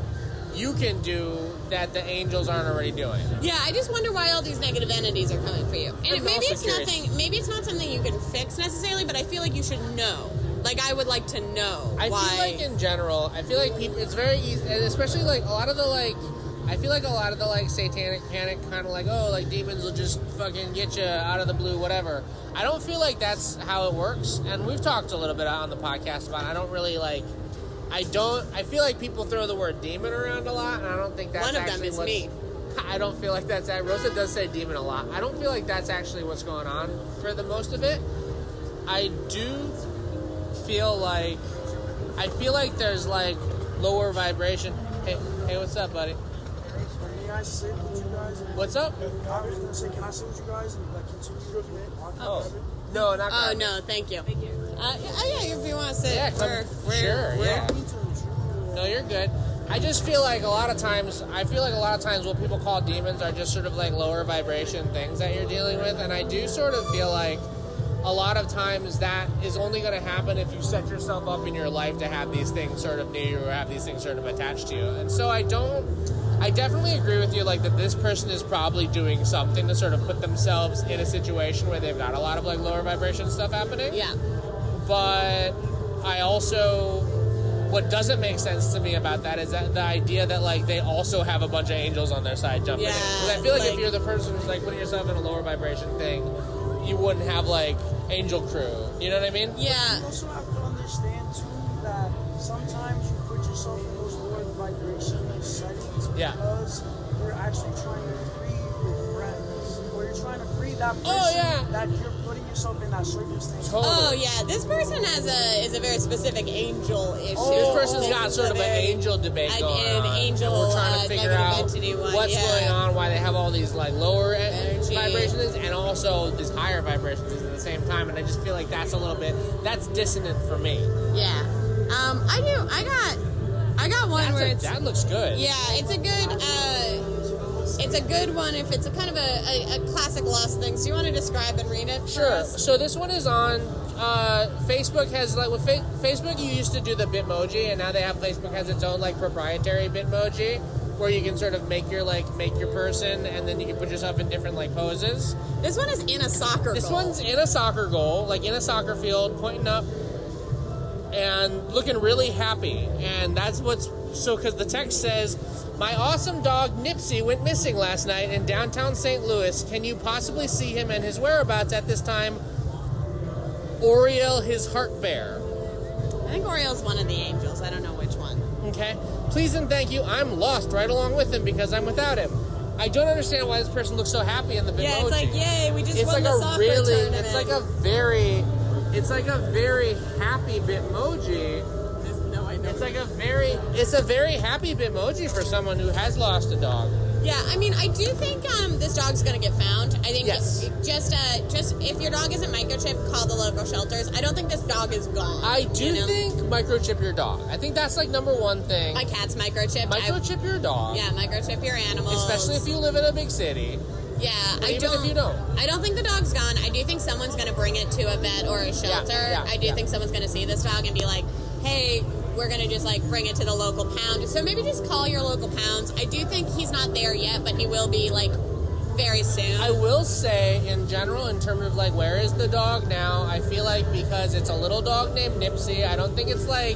A: you can do that the angels aren't already doing.
B: Yeah, I just wonder why all these negative entities are coming for you. And
A: I'm
B: maybe
A: also
B: it's
A: curious.
B: nothing. Maybe it's not something you can fix necessarily, but I feel like you should know. Like I would like to know
A: I
B: why.
A: feel like in general, I feel like people. It's very easy, and especially like a lot of the like. I feel like a lot of the like satanic panic, kind of like oh, like demons will just fucking get you out of the blue, whatever. I don't feel like that's how it works, and we've talked a little bit on the podcast about. it. I don't really like. I don't. I feel like people throw the word demon around a lot, and I don't think that's
B: One of them
A: actually
B: is
A: what's-
B: me.
A: I don't feel like that's. Rosa does say demon a lot. I don't feel like that's actually what's going on for the most of it. I do feel like I feel like there's like lower vibration. Hey, hey, what's up, buddy?
C: May I sit with you guys? And,
A: What's up?
C: I was gonna say, can I sit with you guys and like continue your bit?
A: Oh, no, not.
B: oh
A: that.
B: no, thank you. Thank you. Uh, yeah, oh, yeah, if you want to sit,
A: Yeah, come,
B: we're, we're,
A: sure.
B: we're-
A: yeah. No, you're good. I just feel like a lot of times, I feel like a lot of times what people call demons are just sort of like lower vibration things that you're dealing with. And I do sort of feel like a lot of times that is only going to happen if you set yourself up in your life to have these things sort of near you or have these things sort of attached to you. And so I don't, I definitely agree with you, like that this person is probably doing something to sort of put themselves in a situation where they've got a lot of like lower vibration stuff happening
B: yeah.
A: but I also what doesn't make sense to me about that is that the idea that like they also have a bunch of angels on their side jumping in.
B: Yeah,
A: 'Cause I feel like, if
B: like-
A: you're the person who's like putting yourself in a lower vibration thing, you wouldn't have like angel crew. You know what I mean?
C: You
B: Yeah.
C: also have to understand too that sometimes you put yourself in those lower vibrational settings
A: Yeah.
C: because you're actually trying to free your friends, or you're trying to free that person
A: Oh, yeah.
C: that you're putting yourself in that circumstance.
A: Totally.
B: Oh yeah, this person has a is a very specific angel issue.
A: Oh, This person's
B: This
A: got
B: is
A: sort
B: a
A: of an
B: very-
A: angel debate
B: Oh, an-
A: going
B: an
A: on.
B: angel,
A: and we're trying to
B: uh,
A: figure
B: negative
A: out
B: entity one,
A: what's
B: yeah.
A: going on, why they have all these like lower e-,
B: Energy.
A: vibrations and also these higher vibrations at the same time. And I just feel like that's a little bit that's dissonant for me.
B: Yeah. Um, I do. I got. I got one
A: That's
B: where
A: a-
B: it's
A: that looks good.
B: Yeah, it's a good. Uh, it's a good one if it's a kind of a, a, a classic lost thing. So you want to describe and read it? for
A: Sure.
B: us?
A: So this one is on uh, Facebook. Has like with fa- Facebook, you used to do the Bitmoji, and now they have Facebook has its own like proprietary Bitmoji, where you can sort of make your like make your person, and then you can put yourself in different like poses.
B: This one is in a soccer.
A: This
B: goal.
A: one's in a soccer goal, like in a soccer field, pointing up and looking really happy. And that's what's so because the text says, My awesome dog Nipsey went missing last night in downtown St. Louis. Can you possibly see him and his whereabouts at this time? Oriel, his heart bear.
B: I think Oriole's one of the angels. I don't know which one.
A: Okay. Please and thank you. I'm lost right along with him because I'm without him. I don't understand why this person looks so happy in the Bitmoji.
B: Yeah, it's like yay, we just
A: it's
B: won
A: like
B: the
A: a
B: soccer
A: really
B: tournament.
A: it's like a very it's like a very happy bitmoji
B: no, I know.
A: it's like a very it's a very happy bitmoji for someone who has lost a dog
B: Yeah, I mean, I do think um, this dog's gonna get found. I think
A: Yes.
B: just uh, just if your dog isn't microchipped, call the local shelters. I don't think this dog is gone.
A: i do
B: you know?
A: think microchip your dog i think that's like number one thing
B: my cat's microchipped.
A: microchip your
B: I,
A: dog
B: yeah, microchip your animals,
A: especially if you live in a big city
B: Yeah, I
A: even
B: don't.
A: if you don't.
B: I don't think the dog's gone. I do think someone's going to bring it to a vet or a shelter.
A: yeah,
B: I do
A: yeah.
B: think someone's going to see this dog and be like, "Hey, we're going to just like bring it to the local pound." So maybe just call your local pounds. I do think he's not there yet, but he will be like very soon.
A: I will say, in general, in terms of like where is the dog now, I feel like because it's a little dog named Nipsey, I don't think it's like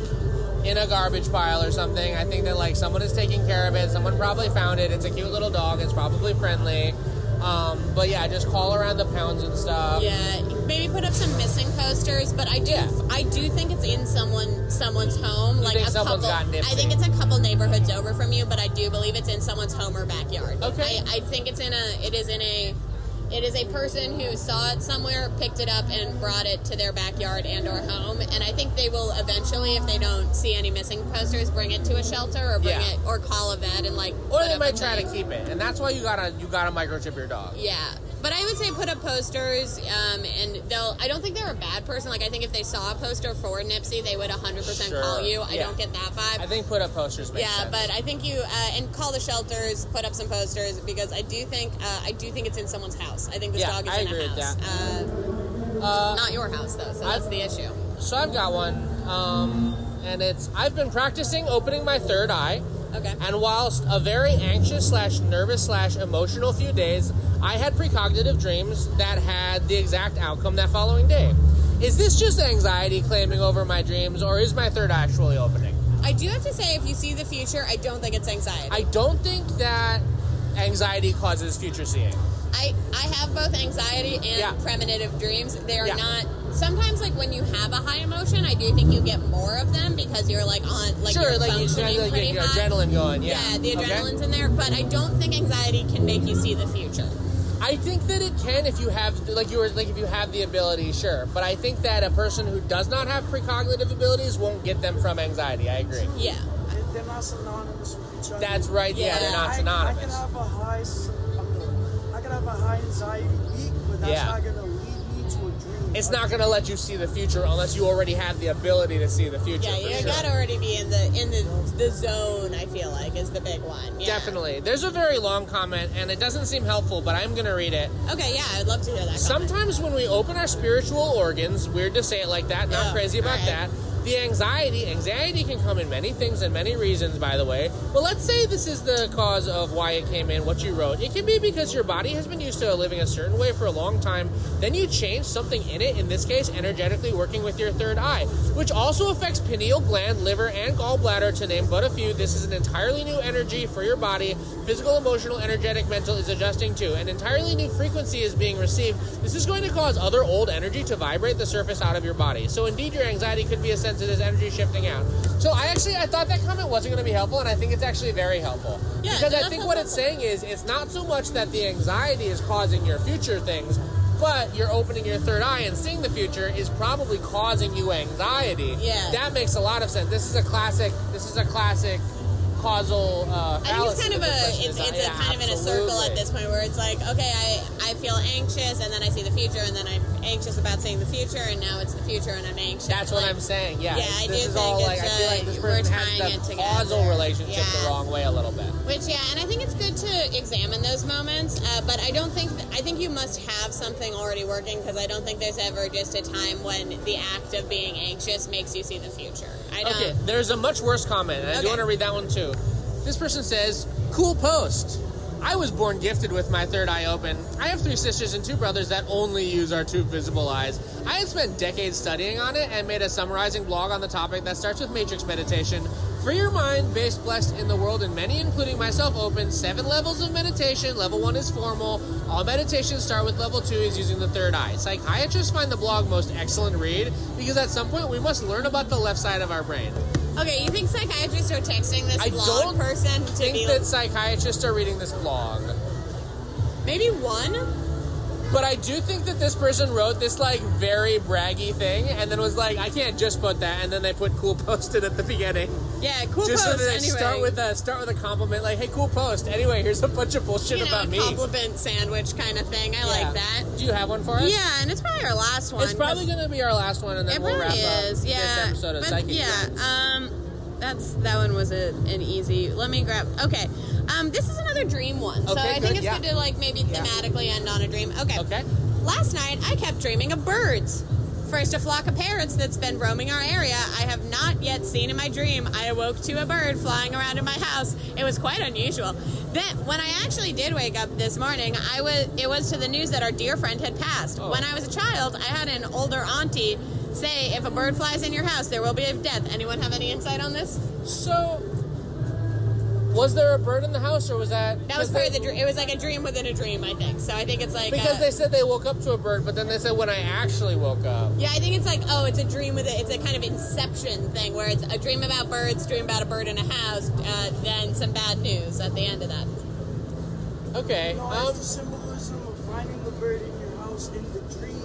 A: in a garbage pile or something. I think that like someone is taking care of it. Someone probably found it. It's a cute little dog. It's probably friendly. Um, but yeah, just call around the pounds and stuff.
B: Yeah, maybe put up some missing posters, but I do,
A: Yeah.
B: I do think it's in someone, someone's home, like
A: think
B: a
A: someone's
B: couple.
A: gotten Nipsey?
B: I think it's a couple neighborhoods over from you, but I do believe it's in someone's home or backyard.
A: Okay.
B: I, I think it's in a, it is in a, it is a person who saw it somewhere, picked it up, and brought it to their backyard and or home. And I think they will eventually, if they don't see any missing posters, bring it to a shelter or bring
A: Yeah.
B: it or call a vet and like.
A: Or
B: put
A: they
B: up
A: might
B: a
A: try to
B: thing.
A: keep it, and that's why you gotta you gotta microchip your dog.
B: Yeah, but I would say put up posters, um, and they'll. I don't think they're a bad person. Like I think if they saw a poster for Nipsey, they would 100 percent
A: Sure,
B: call you. I
A: yeah.
B: don't get that vibe.
A: I think put up posters makes
B: yeah,
A: sense.
B: but I think you uh, and call the shelters, put up some posters because I do think uh, I do think it's in someone's house. I think this
A: Yeah,
B: dog is
A: I
B: in
A: agree
B: a
A: with
B: house.
A: that.
B: Uh, not your house though, so that's the issue.
A: so I've got one, um, and it's I've been practicing opening my third eye.
B: Okay.
A: And whilst a very anxious slash nervous slash emotional few days, I had precognitive dreams that had the exact outcome that following day. Is this just anxiety claiming over my dreams, or is my third eye actually opening?
B: I do have to say, if you see the future, I don't think it's anxiety.
A: I don't think that anxiety causes future seeing.
B: I, I have both anxiety and
A: Yeah.
B: premonitive dreams. They are
A: Yeah.
B: not sometimes like when you have a high emotion, I do think you get more of them because you're like on like
A: sure,
B: you're
A: like you
B: functioning
A: kind of
B: pretty
A: get your
B: high.
A: adrenaline going. Yeah,
B: Yeah. the
A: Okay?
B: adrenaline's in there, but I don't think anxiety can make you see the future.
A: I think that it can if you have like you were like if you have the ability, sure. But I think that a person who does not have precognitive abilities won't get them from anxiety. I agree.
B: Yeah.
C: They- They're not synonymous with each other.
A: That's right. Yeah,
B: Yeah.
A: they're
C: I-
A: not
C: I, can
A: synonymous.
C: have a high, s- I can have a high anxiety week, but that's
A: Yeah.
C: not gonna lead me to a dream.
A: It's not going to let you see the future unless you already have the ability to see the future.
B: Yeah,
A: for
B: you
A: sure.
B: gotta already be in the in the the zone, I feel like, is the big one. Yeah.
A: Definitely. There's a very long comment, and it doesn't seem helpful, but I'm going to read it.
B: Okay, yeah, I'd love to hear that. comment.
A: Sometimes when we open our spiritual organs, weird to say it like that, not
B: Yeah,
A: crazy about
B: alright.
A: that. The anxiety, anxiety can come in many things and many reasons, by the way. But let's say this is the cause of why it came in, what you wrote. It can be because your body has been used to living a certain way for a long time. Then you change something in it, in this case, energetically working with your third eye, which also affects pineal gland, liver, and gallbladder, to name but a few. This is an entirely new energy for your body. Physical, emotional, energetic, mental is adjusting to. An entirely new frequency is being received. This is going to cause other old energy to vibrate the surface out of your body. So indeed, your anxiety could be a sense of this energy shifting out. So I actually I thought that comment wasn't going to be helpful, and I think it's actually very helpful.
B: Yeah,
A: because I
B: that's
A: think what it's saying is it's not so much that the anxiety is causing your future things. But you're opening your third eye and seeing the future is probably causing you anxiety.
B: Yeah.
A: that makes a lot of sense. This is a classic. This is a classic causal uh,
B: I think it's
A: fallacy
B: kind of
A: that
B: a
A: the question
B: it's,
A: is-
B: it's a
A: yeah,
B: kind of in a circle
A: absolutely.
B: at this point where it's like okay I I feel anxious and then I see the future and then I'm anxious about seeing the future and now it's the future and I'm anxious.
A: That's what
B: Like,
A: I'm saying. Yeah,
B: Yeah,
A: it's-
B: I
A: this
B: do
A: is all
B: think
A: like I
B: it's,
A: feel
B: uh,
A: like this
B: we're
A: person
B: tying
A: has the
B: it
A: causal
B: together.
A: relationship the
B: Yeah.
A: wrong way a little bit.
B: Which yeah, and I think it's good to examine those moments, uh, but I don't think I think you must have something already working because I don't think there's ever just a time when the act of being anxious makes you see the future. I don't.
A: Okay, there's a much worse comment, and I do
B: Okay.
A: want to read that one too. This person says, "Cool post." I was born gifted with my third eye open. I have three sisters and two brothers that only use our two visible eyes. I had spent decades studying on it and made a summarizing blog on the topic that starts with matrix meditation. Free your mind, based, blessed in the world, and many, including myself, open seven levels of meditation. Level one is formal. All meditations start with level two is using the third eye. Psychiatrists find the blog most excellent read because at some point we must learn about the left side of our brain.
B: Okay, you think psychiatrists are texting this
A: I
B: blog
A: don't
B: person to
A: think
B: be
A: that psychiatrists are reading this blog.
B: maybe one?
A: But I do think that this person wrote this like very braggy thing and then was like, I can't just put that and then they put cool posted at the beginning.
B: Yeah, cool
A: just
B: post.
A: so that they
B: anyway,
A: start with a start with a compliment like, hey cool post. Anyway, here's a bunch of bullshit
B: you know,
A: about
B: a
A: me.
B: compliment sandwich kind of thing. I
A: Yeah.
B: like that.
A: Do you have one for us?
B: Yeah, and it's probably our last one.
A: It's probably
B: 'cause
A: gonna be our last one and then
B: it
A: we'll wrap
B: probably is.
A: up
B: Yeah,
A: this episode of
B: but
A: Psychic.
B: yeah.
A: Dreams.
B: Um, that's that one was a, an easy. Let me grab. Okay, um, this is another dream one. so
A: Okay,
B: I
A: good,
B: think it's
A: yeah.
B: good to like maybe thematically end on a dream. Okay.
A: Okay.
B: Last night I kept dreaming of birds. First, a flock of parrots that's been roaming our area. I have not yet seen in my dream. I awoke to a bird flying around in my house. It was quite unusual. Then, when I actually did wake up this morning, I
A: Oh.
B: was it was to the news that our dear friend had passed. When I was a child, I had an older auntie say if a bird flies in your house, there will be a death. Anyone have any insight on this?
A: So, was there a bird in the house, or was that
B: That was part of the dream. It was like a dream within a dream, I think. So I think it's like
A: Because
B: uh,
A: they said they woke up to a bird, but then they said when I actually woke up.
B: Yeah, I think it's like, oh, it's a dream with it. It's a kind of inception thing where it's a dream about birds, dream about a bird in a house, uh, then some bad news at the end of that.
A: Okay.
C: No,
A: Um,
C: it's the symbolism of finding the bird in your house in the dream,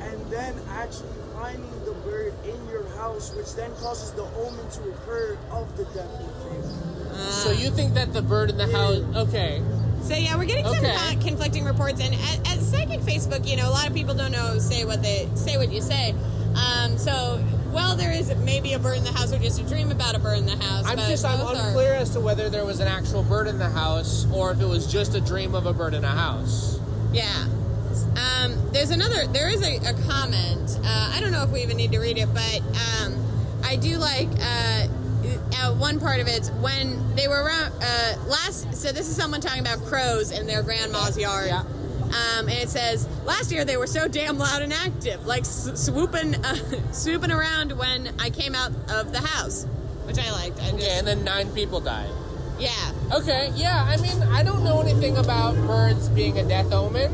C: and then actually finding the bird in your house, which then causes the omen to occur of the death in family.
A: so you think that the bird in the house? Okay.
B: So yeah, we're getting some
A: Okay.
B: uh, conflicting reports, and at, at Psychic Facebook, you know, a lot of people don't know say what they say what you say. Um, so well, there is maybe a bird in the house or just a dream about a bird in the house.
A: I'm
B: but
A: just I'm
B: both are-
A: unclear as to whether there was an actual bird in the house or if it was just a dream of a bird in a house.
B: Yeah. Um, there's another. There is a, a comment. Uh, I don't know if we even need to read it, but um, I do like uh, uh, one part of it when they were around uh, last. So this is someone talking about crows in their grandma's yard.
A: Yeah.
B: Um, and it says last year they were so damn loud and active, like s- swooping, uh, swooping around when I came out of the house, which I liked. I just,
A: Okay, and then nine people died.
B: yeah.
A: Okay, yeah. I mean, I don't know anything about birds being a death omen,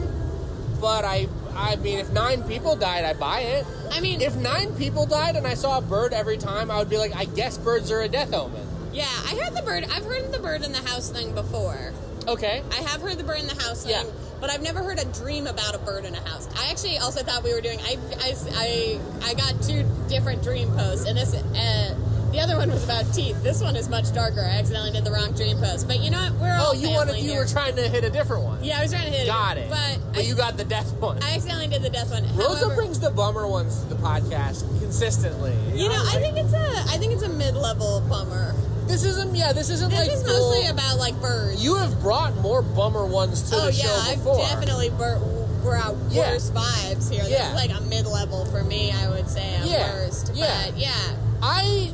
A: but I I mean, if nine people died, I buy it.
B: I mean,
A: If nine people died and I saw a bird every time, I would be like, I guess birds are a death omen.
B: yeah. I heard the bird. I've heard the bird in the house thing before.
A: Okay.
B: I have heard the bird in the house thing,
A: Yeah.
B: but I've never heard a dream about a bird in a house. I actually also thought we were doing. I I, I, I got two different dream posts, and this uh, the other one was about teeth. This one is much darker. I accidentally did the wrong dream post, but you know what? We're all
A: Oh, you
B: family
A: wanted you
B: here.
A: were trying to hit a different one.
B: yeah, I was trying to hit
A: Got it.
B: but, I,
A: you got the death one.
B: I accidentally did the death one.
A: Rosa
B: However,
A: brings the bummer ones to the podcast consistently.
B: You know, I think it's a I think it's a mid level bummer.
A: this isn't yeah, this isn't
B: This
A: like
B: is
A: full-
B: mostly about like birds.
A: You have brought more bummer ones to
B: oh
A: the
B: yeah,
A: show
B: I've
A: before.
B: definitely bur- brought
A: Yeah.
B: worse vibes here. This
A: Yeah.
B: is like a mid level for me. I would say a
A: Yeah.
B: worst.
A: Yeah.
B: But yeah,
A: I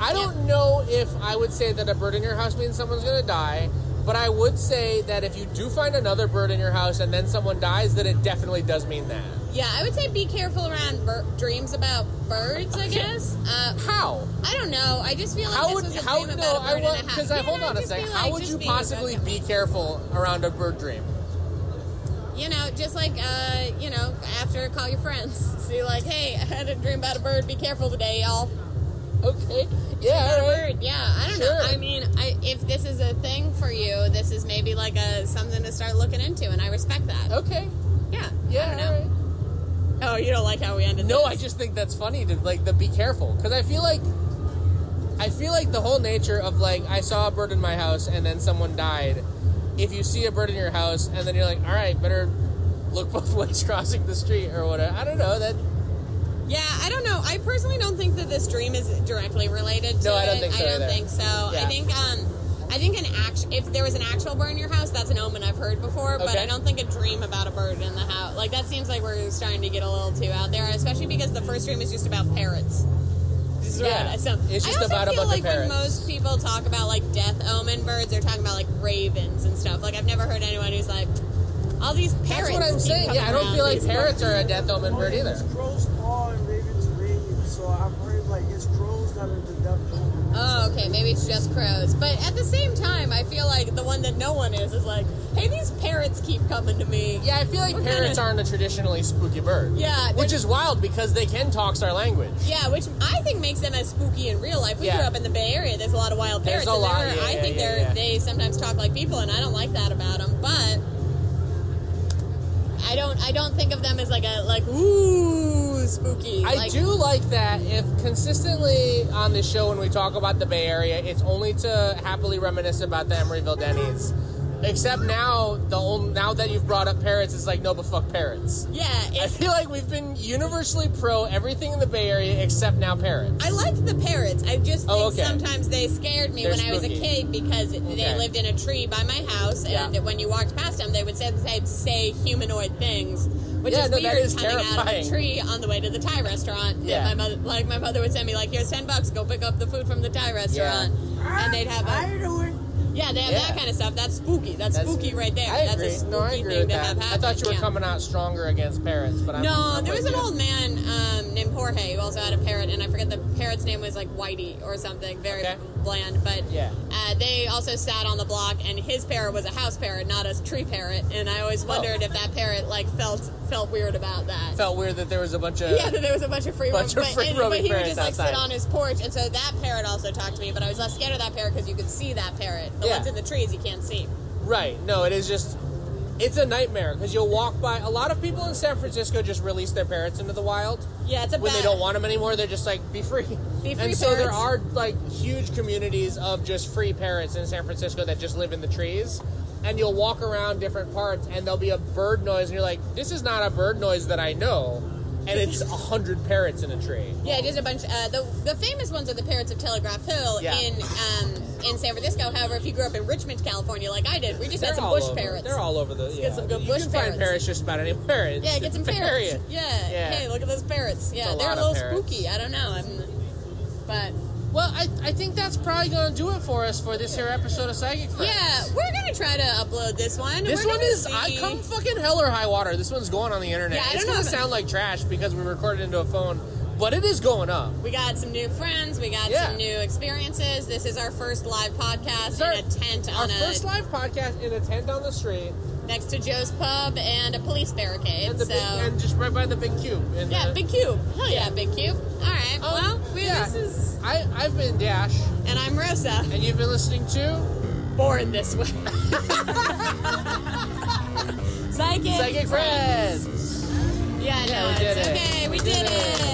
A: I don't know if I would say that a bird in your house means someone's gonna die, but I would say that if you do find another bird in your house and then someone dies, then it definitely does mean that.
B: yeah. I would say be careful around bir- dreams about birds. I guess. Uh,
A: How?
B: I don't know. I just feel like
A: How
B: this
A: would
B: was a
A: how
B: dream
A: no?
B: about a
A: I
B: bird
A: want
B: in a house.
A: because I
B: Yeah,
A: hold on a
B: just be
A: second.
B: like-
A: how would
B: just
A: you
B: be
A: possibly
B: like-
A: be careful around a bird dream?
B: You know, just like uh, you know, after call your friends. See, like, hey, I had a dream about a bird. Be careful today, y'all.
A: Okay. Yeah.
B: That
A: all right.
B: word, yeah. I don't know.
A: Sure.
B: I mean, I, if this is a thing for you, this is maybe like a something to start looking into, and I respect that.
A: Okay.
B: Yeah.
A: Oh, Yeah.
B: I don't know.
A: all right.
B: Oh, you don't like how we ended.
A: No,
B: this.
A: I just think that's funny to like the be careful because I feel like I feel like the whole nature of like I saw a bird in my house and then someone died. If you see a bird in your house and then you're like, all right, better look both ways crossing the street or whatever. I don't know that.
B: Yeah, I don't know. I personally don't think that this dream is directly related to
A: No, I don't
B: it.
A: think so
B: I don't
A: either.
B: think so. I
A: Yeah.
B: think um, I think an act if there was an actual bird in your house, that's an omen I've heard before. But
A: Okay.
B: I don't think a dream about a bird in the house. Like that seems like we're starting to get a little too out there, especially because the first dream is just about parrots. This is what
A: Yeah,
B: I- so-
A: it's just
B: I also
A: about a
B: feel
A: bunch of
B: like when
A: parrots.
B: most people talk about like death omen birds, they're talking about like ravens and stuff. Like I've never heard anyone who's like all these parrots.
A: That's what I'm
B: keep
A: saying.
B: coming
A: Yeah, I don't
B: around
A: feel like
B: these
A: parrots are a death omen bird either.
C: It's crow's paw and raven's rave, so I've heard like it's crows that are the death omen.
B: Oh, okay. Maybe it's just crows. But at the same time, I feel like the one that no one is is like, hey, these parrots keep coming to me.
A: Yeah, I feel like
B: What
A: parrots
B: kinda-
A: aren't a traditionally spooky bird.
B: Yeah, they're-
A: which is wild because they can talk our language.
B: Yeah, which I think makes them as spooky in real life. We
A: Yeah.
B: grew up in the Bay Area. There's a lot of wild
A: There's
B: parrots.
A: a
B: and
A: lot,
B: they're-
A: yeah,
B: I
A: yeah,
B: think
A: yeah,
B: they're
A: yeah.
B: they sometimes talk like people, and I don't like that about them. But I don't I don't think of them as like a like ooh spooky.
A: I
B: like,
A: do like that if consistently on this show when we talk about the Bay Area, it's only to happily reminisce about the Emeryville Denny's. Except now, the old, now that you've brought up parrots, it's like no, but fuck parrots.
B: Yeah,
A: I
B: it's
A: feel like we've been universally pro everything in the Bay Area except now parrots.
B: I liked the parrots. I just think
A: Oh, okay.
B: sometimes they scared me
A: They're
B: when I was a
A: spooky.
B: kid because they
A: Okay.
B: lived in a tree by my house, and
A: Yeah.
B: when you walked past them, they would say, they'd say humanoid things, which
A: Yeah,
B: is
A: no, that
B: weird
A: is
B: coming out of a
A: terrifying.
B: tree on the way to the Thai restaurant. that
A: Yeah.
B: my mother, like my mother would send me, like, here's ten bucks, go pick up the food from the Thai restaurant, and they'd have.
C: I
B: A,
C: heard a word.
B: Yeah, they have
A: Yeah.
B: that kind of stuff. That's spooky. That's,
A: That's-
B: spooky right there.
A: I
B: That's
A: agree.
B: a spooky
A: no, I agree
B: thing
A: with
B: to
A: that.
B: have happen.
A: I thought you were
B: yeah.
A: coming out stronger against parrots, but I'm
B: No,
A: I'm
B: there
A: with
B: was an
A: you.
B: old man um, named Jorge who also had a parrot, and I forget the parrot's name was like Whitey or something, very
A: Okay.
B: bland. But
A: Yeah.
B: uh, they also sat on the block, and his parrot was a house parrot, not a tree parrot. And I always wondered if that parrot like felt felt weird about that.
A: Oh. felt weird that there was a bunch of
B: yeah, that there was a bunch of free
A: Bunch
B: roam,
A: of
B: but,
A: free
B: and- but
A: roaming
B: he would
A: parrots
B: just like
A: outside.
B: sit on his porch, and so that parrot also talked to me. But I was less scared of that parrot because you could see that parrot. The
A: Yeah.
B: ones in the trees you can't see.
A: Right. No, it is just. It's a nightmare because you'll walk by. A lot of people in San Francisco just release their parrots into the wild.
B: Yeah, it's a
A: When they
B: bad-
A: don't want them anymore, they're just like, be free.
B: Be free,
A: and so there
B: parrots.
A: are like huge communities of just free parrots in San Francisco that just live in the trees. And you'll walk around different parts and there'll be a bird noise and you're like, this is not a bird noise that I know. And it's a hundred parrots in a tree.
B: Yeah, just a bunch. Uh, the the famous ones are the parrots of Telegraph Hill
A: Yeah.
B: in um, in San Francisco. However, if you grew up in Richmond, California, like I did, we just
A: They're
B: had some
A: all
B: bush
A: over.
B: parrots.
A: They're all over the. Yeah.
B: get some good
A: you
B: bush
A: can
B: parrots.
A: find parrots just about anywhere. It's-
B: yeah, get
A: it's
B: some
A: a
B: parrots.
A: parrot.
B: Yeah.
A: Yeah.
B: Hey, look at those parrots. Yeah,
A: It's a
B: they're a
A: lot
B: little
A: of parrots.
B: spooky. I don't know. I'm, but
A: Well, I, I think that's probably going to do it for us for this here episode of Psychic Friends.
B: yeah, we're gonna try to upload this one.
A: This
B: We're
A: one
B: gonna
A: is I
B: see-
A: come fucking hell or high water. This one's going on the internet.
B: Yeah, I
A: it's
B: don't know
A: gonna
B: if-
A: sound like trash because we recorded into a phone, but it is going up.
B: We got some new friends. We got
A: Yeah.
B: some new experiences. This is our first live podcast
A: our-
B: in a tent
A: Our
B: on a
A: first live podcast in a tent on the street,
B: next to Joe's pub and a police barricade.
A: and, the
B: so
A: big, and just right by the big cube. And
B: Yeah,
A: the-
B: Big Cube. Hell yeah, Big Cube. All right.
A: Oh,
B: well, we,
A: yeah.
B: this is.
A: I I've been Dash,
B: And I'm Rosa.
A: and you've been listening to
B: Born this way. Psychic.
A: Psychic Friends.
B: Yeah, no,
A: we did
B: it's
A: it.
B: okay.
A: We
B: We, did,
A: did it.
B: it.